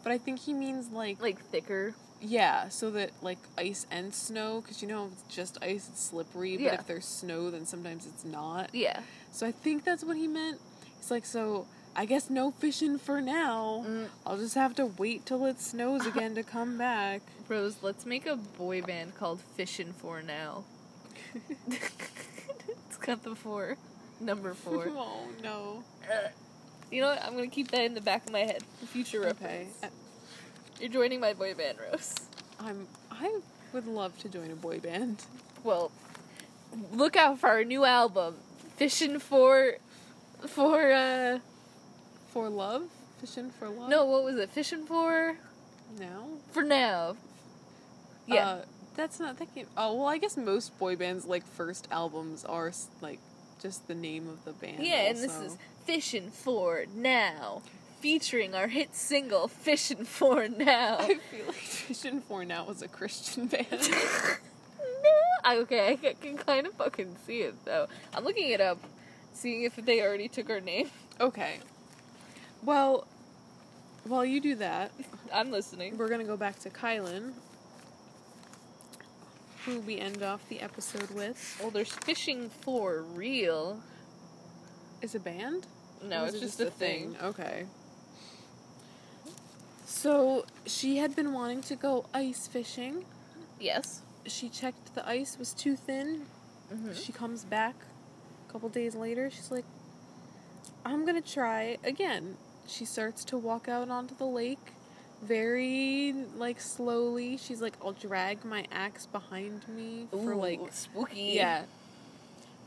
But I think he means like,
Like thicker.
yeah, so that like ice and snow, because you know if it's just ice, it's slippery. But
Yeah.
if there's snow, then sometimes it's not.
Yeah.
So I think that's what he meant. He's like, so I guess no fishing for now.
Mm.
I'll just have to wait till it snows again to
<laughs>
come back. <laughs>
Rose, let's make a boy band called Fishin' For Now. it's got the four. Number four. <laughs>
oh no.
you know what? I'm gonna keep that in the back of my head for future
Okay. Uh,
reference. You're joining my boy band, Rose.
I'm. I would love to join a boy band.
Well, look out for our new album, Fishin' For. For, uh.
For love, fishing for love.
No, what was it? Fishin' For.
No.
For Now. Yeah.
Uh, that's not thinking. Oh well, I guess most boy bands like first albums are s- like just the name of the band.
yeah, and this
also.
is Fishin' For Now. Featuring our hit single, Fishin' For <laughs> Now.
I feel like Fishing for Now was a
<laughs>
Christian band.
no. I- Okay, I ca- can kind of fucking see it though. I'm looking it up, seeing if they already took our name. <laughs>
okay. Well, while you do that,
I'm listening.
we're gonna go back to Kylan, who we end off the episode with.
Well, there's fishing for real.
Is a band?
No,
Or
it's
is it
just, a thing.
Okay. So she had been wanting to go ice fishing.
Yes.
She checked the ice was too thin. She comes back a couple days later. She's like, I'm gonna try again. She starts to walk out onto the lake very like slowly. She's like, I'll drag my axe behind me for like
spooky.
yeah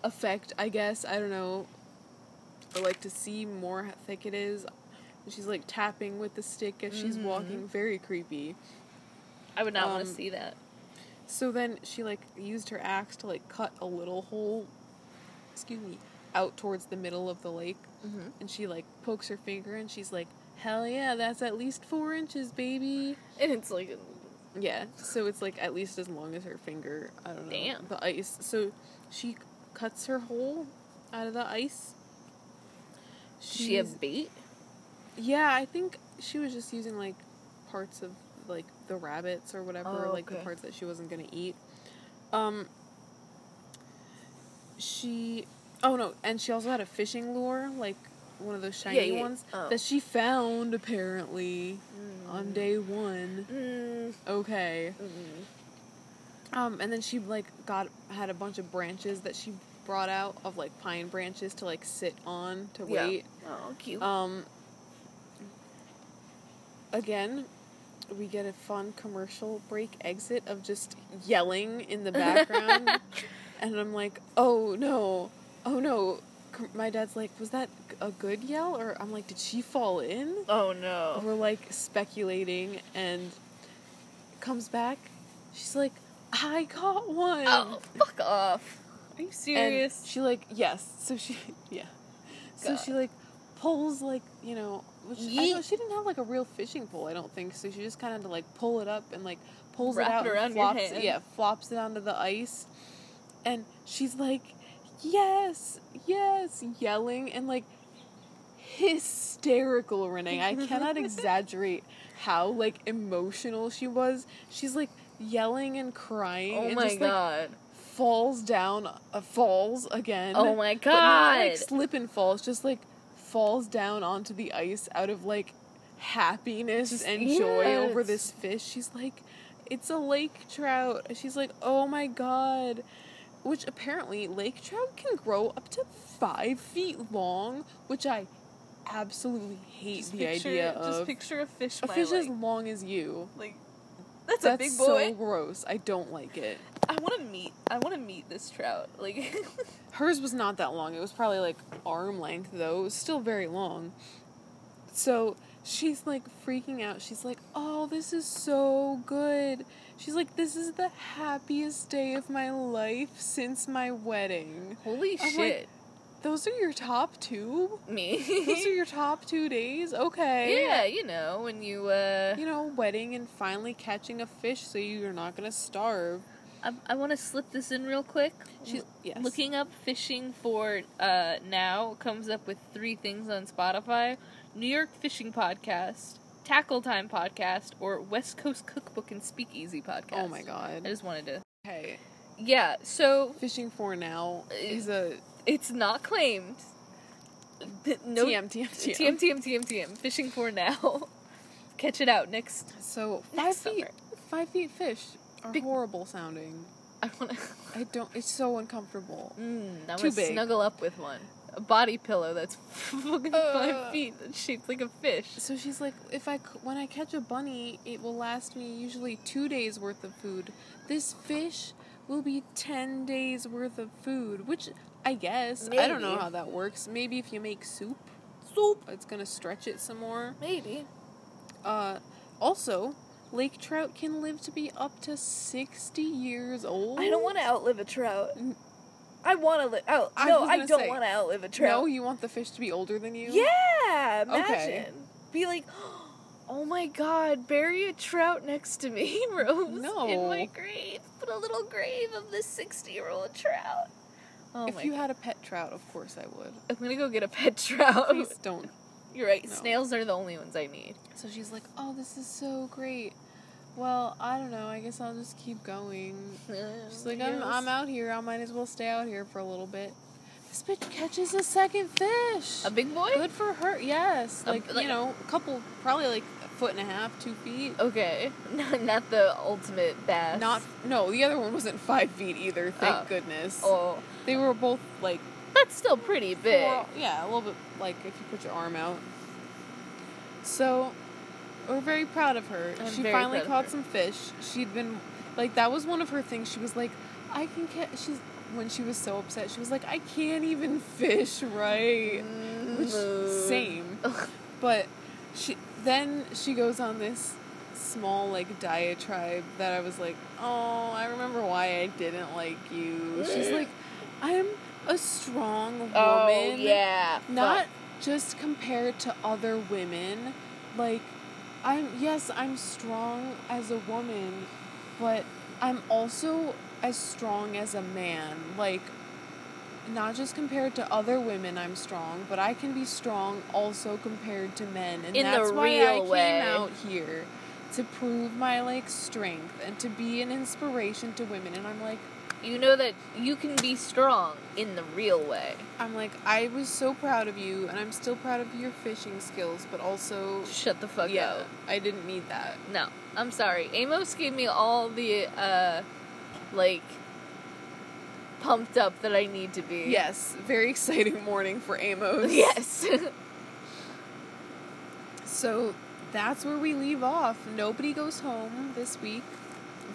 effect i guess i don't know or like to see more how thick it is And she's like tapping with the stick as she's walking very creepy
I would not want to
Um,
see that.
so then she like used her axe to like cut a little hole excuse me out towards the middle of the lake
Mm-hmm.
and she like pokes her finger and she's like hell yeah that's at least four inches baby
And it's like,
Yeah, so it's like at least as long as her finger. I don't know.
Damn.
The ice. So she cuts her hole out of the ice.
is she a
She's-
bait?
yeah, I think she was just using like parts of like the rabbits or whatever,
Oh,
like the
okay.
parts that she wasn't gonna eat. Um. She, oh no, and she also had a fishing lure, like one of those shiny
yeah.
ones
Oh.
that she found apparently on day one.
Mm,
Okay.
Mm-hmm.
Um, and then she like got had a bunch of branches that she brought out of like pine branches to like sit on to
yeah.
wait.
Oh, cute.
Um. Again, we get a fun commercial break exit of just yelling in
<laughs>
the background, and I'm like, oh no, oh no. C- My dad's like, was that a good yell? Or I'm like, did she fall in?
oh no.
we're like speculating and comes back she's like i got one
Oh, fuck off. Are you
and
serious?
she like yes so she <laughs> yeah so
God.
she like pulls like you know which I
Yeet.
know she didn't have like a real fishing pole i don't think so she just kind of had to like pull it up and like pulls
Wrap
it out
it around
and
your
flops
hand.
It, yeah flops it onto the ice and she's like yes yes yelling and like hysterical renee i
<laughs>
cannot exaggerate how like emotional she was she's like yelling and crying
oh
and
my
just, like,
god.
falls down, uh, falls again.
Oh my
But not like
God.
slip and falls, just like falls down onto the ice out of like happiness and joy
yes.
over this fish. She's like, it's a lake trout. And She's like, oh my god. Which apparently lake trout can grow up to five feet long, which I absolutely hate the
picture,
idea
Just
of.
picture a fish.
A
my
fish as
leg.
long as you.
like that's, a
That's
big boy.
so gross. I don't like it.
I want to meet. I want to meet this trout. Like, <laughs>
Hers was not that long. It was probably like arm length, though. It was still very long. So she's like freaking out. She's like, oh, this is so good. She's like, this is the happiest day of my life since my wedding.
holy
I'm like,
shit!
Those are your top two? Those
<laughs>
are
Me.
your top two days? Okay.
yeah, you know, when you, uh,
You know, wedding and finally catching a fish so you're not gonna starve.
I, I want to slip this in real quick.
She's
L-
yes.
Looking up fishing for uh, now comes up with three things on Spotify New York Fishing Podcast, Tackle Time Podcast, or West Coast Cookbook and Speakeasy Podcast.
Oh my
I
god.
just wanted to.
Okay.
Yeah, so
Fishing for now
Uh,
is a
it's not claimed. No,
TM, TM, TM.
TM, TM, TM, TM. Fishing for now. <laughs> Catch it out next.
So five
Next
feet, five feet fish are
Big-
horrible sounding.
I <laughs> want to.
I don't. It's so uncomfortable.
Mm, I
Too
want to
big.
snuggle up with one. A body pillow that's <laughs> fucking
Uh.
five feet that's shaped like a fish.
So she's like, if I c- when I catch a bunny, it will last me usually two days worth of food. This fish will be ten days worth of food, which I guess I don't know
Maybe.
how that works. Maybe if you make soup,
Soup.
it's gonna stretch it some more.
Maybe.
Uh, also, lake trout can live to be up to sixty years old.
I don't want to outlive a trout.
N-
I want to live. out.
I
no,
was
I
gonna
don't
say,
want to outlive a trout.
No, you want the fish to be older than you.
Yeah, imagine.
Okay.
Be like, <gasps> oh my god, bury a trout next to me, <laughs> Rose, in my
No.
grave. Put a little grave of this sixty-year-old trout. Oh
if
my
you
god.
had a pet trout, of course I
<laughs>
would.
I'm gonna go get a pet trout.
Please don't.
You're right.
No.
Snails are the only ones I need.
So she's like, "Oh, this is so great." Well, I don't know. I guess I'll just keep going. She's like, "I'm I'm out here. I might as well stay out here for a little bit." This bitch catches a second fish.
a big boy.
Good for her. Yes,
A-
like,
like-
you know, a couple, probably like a foot and a half, two feet.
Oh, Okay, <laughs> not, not the ultimate bass.
Not no. The other one wasn't five feet either. Thank
Oh.
goodness.
Oh,
They were both like
that's still pretty big.
Well, yeah, a little bit like if you put your arm out. So, we're very proud of her.
I'm
she
very
finally
proud of
caught
her.
some fish. She'd been like that was one of her things. She was like, I can catch. She's when she was so upset. She was like, I can't even fish right. Which
Mm.
same,
Ugh.
but she then she goes on this small like diatribe that I was like, oh, I remember why I didn't like you. She's like, I'm a strong woman
Oh yeah.
not just compared to other women like i'm yes i'm strong as a woman but i'm also as strong as a man like not just compared to other women i'm strong but i can be strong also compared to men and
In the
that's why i
real
came
way.
out here to prove my like strength and to be an inspiration to women and i'm like
you know that you can be strong in the real way.
I'm like, I was so proud of you, and I'm still proud of your fishing skills, but also,
Shut the fuck
yeah,
up.
I didn't need that.
No, I'm sorry. Amos gave me all the uh, like pumped up that I need to be.
Yes, very exciting morning for <laughs>
<laughs>
Amos.
Yes.
So that's where we leave off. Nobody goes home this week.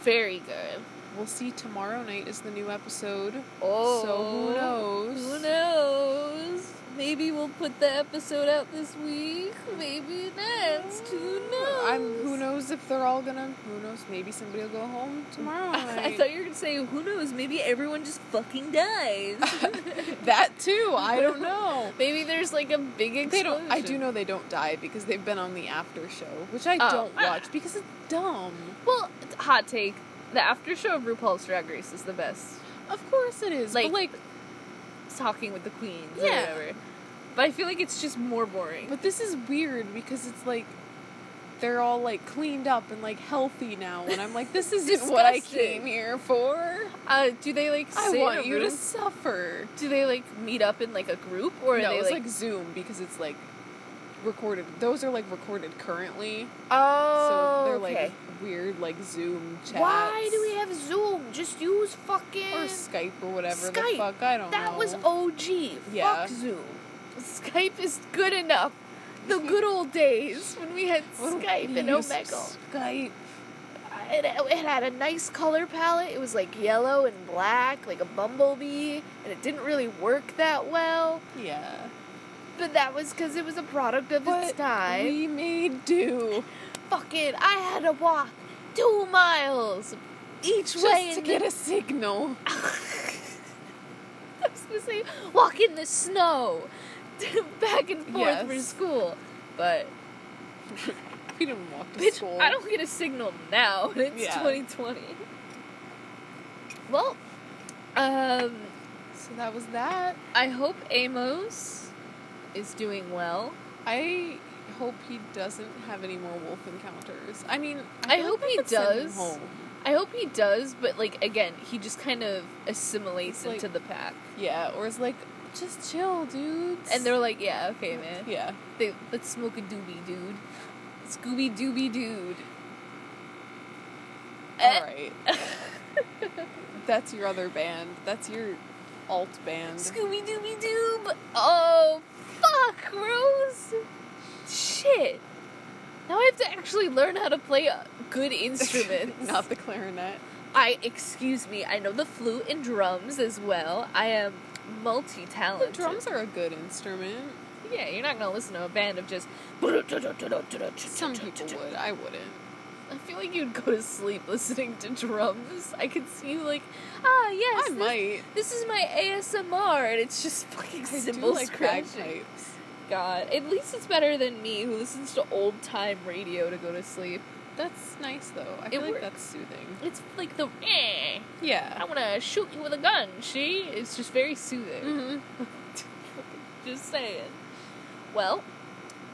Very good.
We'll see tomorrow night is the new episode.
Oh.
So who knows?
Who knows? Maybe we'll put the episode out this week. Maybe next. Who knows?
I'm, who knows if they're all gonna. Who knows? Maybe somebody will go home <laughs> tomorrow
<laughs>
night.
I thought you were gonna say, who knows? Maybe everyone just fucking dies.
that too. I don't <laughs> know.
<laughs> Maybe there's like a big explosion.
They don't. I do know they don't die because they've been on the after show, which I
Oh.
don't watch because it's dumb.
Well, hot take: the after show of RuPaul's Drag Race is the best.
Of course it is.
Like-
but like,
Talking with the queens, or
Yeah.
whatever. But I feel like it's just more boring.
but this is weird because it's like they're all like cleaned up and like healthy now, and I'm like, this isn't what I
Disgusting.
came here for.
Uh, do they like?
I
sit in
want
a
you to
room?
suffer.
Do they like meet up in like a group, or are
no,
they
it's
like?
like, Zoom because it's like recorded. Those are like recorded currently,
oh,
so they're
okay.
like weird like Zoom chats.
Why do we have Zoom? Just use fucking.
or Skype or whatever
Skype.
the fuck? I don't
that
know.
was OG.
Yeah.
Fuck Zoom. Skype is good enough. The good old days when we had
What do
Skype
we
and
use
Omegle.
Skype.
it, it had a nice color palette. It was like yellow and black, like a bumblebee, and it didn't really work that well.
Yeah.
But that was because it was a product of its time.
we made do
Fuck it, I had to walk two miles each way.
just to
in
get a signal.
the- That was constantly walk in the snow <laughs> back and forth for
Yes.
school. But
<laughs> We didn't walk to
bitch,
school.
I don't get a signal now. and It's
Yeah.
2020. Well, um,
So that was that.
I hope Amos is doing well.
I hope he doesn't have any more wolf encounters. I mean,
I
feel
hope
they
he
could send him
does.
home.
I hope he does, but like again, he just kind of assimilates
It's like-
into the pack.
Yeah, or it's like, just chill, dudes.
And they're like, yeah, okay, man.
yeah.
They, let's smoke a doobie, dude. Scooby dooby dude. Eh.
All right. That's your other band. That's your alt
<laughs>
band. <laughs>
Scooby dooby doob. Oh, fuck, Rose. Shit. Now I have to actually learn how to play uh, <laughs> good instruments.
<laughs> Not the clarinet.
I, excuse me, I know the flute and drums as well. I am multi
The
talented.
drums are a good instrument.
Yeah, you're not gonna listen to a band of just.
Some people would. I wouldn't.
I feel like you'd go to sleep <laughs> listening to drums. I could see you like, ah, yes.
I
this-
might.
This is my ASMR, and it's just <laughs> fucking
I do
cymbals
like
crashing.
bagpipes.
God, at least it's better than me who listens to old time radio to go to sleep.
That's nice though. I feel like
works.
that's soothing.
It's like the eh, I
Yeah.
want to shoot you with a gun. She, it's just very soothing.
hmm Mm-hmm.
Just saying. Well,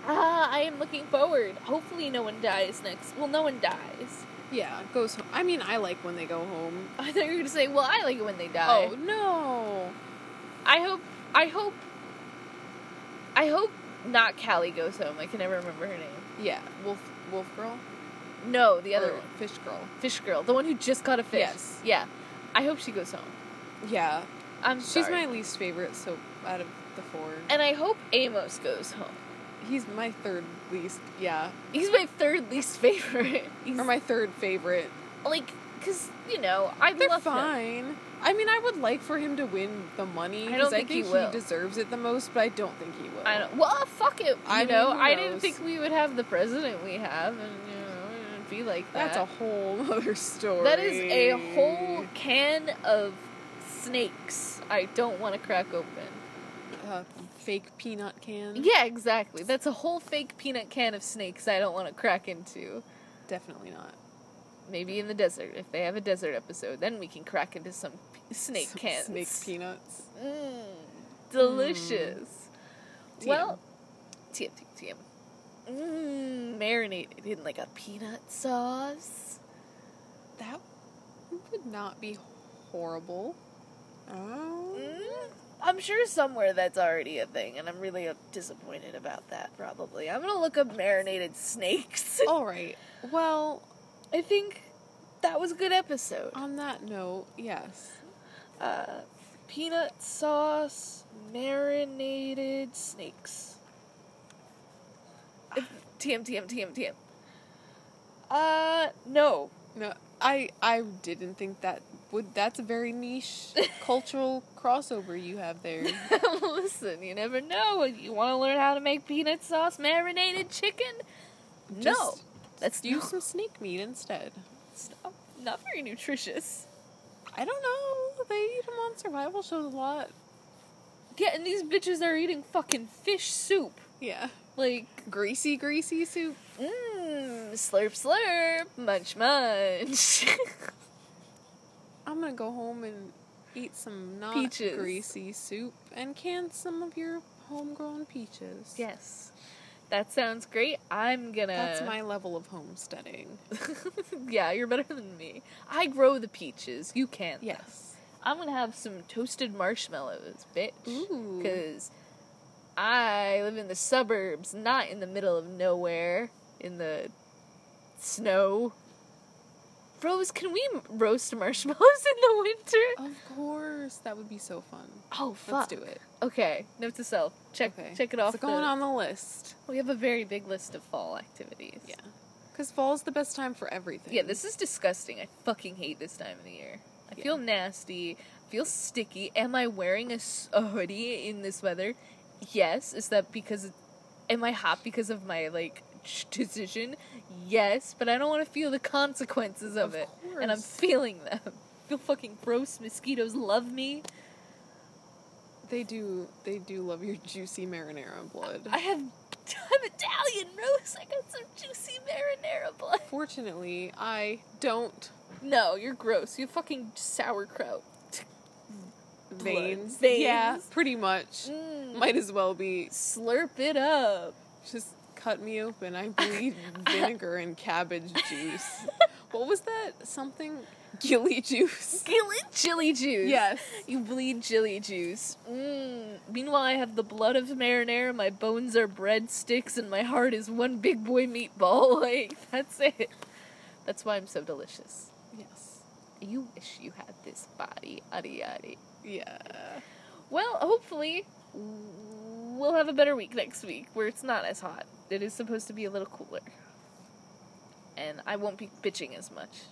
ah, I am looking forward. Hopefully, no one dies next. Well, no one dies.
Yeah, goes home. I mean, I like when they go home.
I thought you were gonna say, "Well, I like it when they die."
Oh no.
I hope. I hope. I hope not. Callie goes home. I can never remember her name.
Yeah, wolf wolf girl.
No, the other
Or
one,
fish girl.
fish girl, the one who just caught a fish.
Yes.
Yeah. I hope she goes home.
Yeah,
I'm
she's
sorry.
my least favorite. So out of the four,
And I hope Amos goes home.
he's my third least. Yeah,
He's my third least favorite. <laughs> He's
or my third favorite.
like, cause you know I
They're
love him.
fine. I mean, I would like for him to win the money
I don't
because I,
think he
think,
will.
deserves it the most, but I don't think he will.
I don't. Well, uh, fuck it. You
I
know,
mean, who
I didn't
knows?
think we would have the president we have, and you know, it would be like that.
That's a whole <laughs> other story.
That is a whole can of snakes. I don't want to crack open.
uh, fake peanut can.
Yeah, exactly. That's a whole fake peanut can of snakes. I don't want to crack into.
definitely not.
Maybe in the desert, if they have a desert episode, then we can crack into some p- snake
Some
cans.
Snake peanuts.
Mm, delicious.
TM.
Well, TM, TM, TM. Mm, marinated in like a peanut sauce.
That would not be horrible. Oh.
Mm, I'm sure somewhere that's already a thing, and I'm really uh, disappointed about that, probably. I'm gonna look up marinated snakes. <laughs>
All right. Well,
I think that was a good episode.
on that note, yes.
Uh, peanut sauce, marinated snakes. If- TM, TM, TM, TM. Uh, no. <laughs>
No, I I didn't think that would. That's a
<laughs>
very niche cultural crossover you have there.
Listen, you never know. You want to learn how to make peanut sauce marinated chicken? no.
Just
That's
Use
not-
some snake meat instead.
It's not, not very nutritious.
I don't know. They eat them on survival shows a lot.
Yeah, and these bitches are eating fucking fish soup.
Yeah.
Like,
Greasy, greasy soup.
mmm, slurp slurp, munch munch. <laughs>
I'm gonna go home and eat some not
Peaches.
greasy soup and can some of your homegrown peaches.
yes. That sounds great. I'm gonna.
That's my level of homesteading.
<laughs> yeah, you're better than me. I grow the peaches. You can't. though.
Yes.
I'm gonna have some toasted marshmallows, bitch.
Ooh.
Because I live in the suburbs, not in the middle of nowhere, in the snow. Rose, can we m- roast marshmallows in the winter?
Of course, that would be so fun.
Oh, fuck.
Let's do it.
Okay, note to self. Check
Okay.
check it
It's
off.
going
the-
on the list.
We have a very big list of fall activities.
Yeah. Because fall's the best time for everything.
Yeah, this is disgusting. I fucking hate this time of the year. I
Yeah.
feel nasty. I feel sticky. Am I wearing a, s- a hoodie in this weather? Yes. Is that because. It, am I hot because of my, like, ch- decision? Yes, but I don't want to feel the consequences of,
Of
it. And I'm
course.
<laughs> feeling them. I feel fucking gross. Mosquitoes love me.
They do. They do love your juicy marinara and blood.
I have <laughs> I'm Italian roast. I got some juicy marinara blood.
Fortunately, I don't
No, you're gross. You fucking sauerkraut.
veins.
Veins.
Yeah, pretty much.
Mm.
Might as well be
Slurp it up.
just cut me
<laughs>
open. I bleed vinegar and cabbage juice. What was that? Something gilly juice.
Gilly chili juice.
Yes.
You bleed chili juice. Mm. Meanwhile, I have the blood of marinara, my bones are breadsticks, and my heart is one big boy meatball. <laughs> Like, that's it. That's why I'm so delicious.
Yes.
You wish you had this body. Adi adi.
Yeah.
Well, hopefully, we'll have a better week next week where it's not as hot. It is supposed to be a little cooler. And I won't be bitching as much.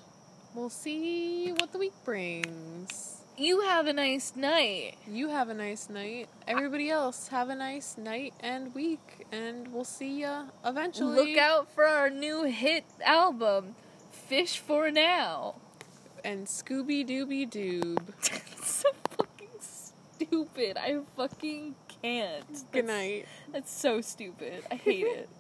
We'll see what the week brings.
You have a nice night.
You have a nice night. Everybody else, have a nice night and week, and we'll see ya eventually.
Look out for our new hit album, Fish for Now. <laughs>
And Scooby Dooby Doob.
That's so fucking stupid. I fucking can't. That's-
Good night.
That's so stupid. I hate it.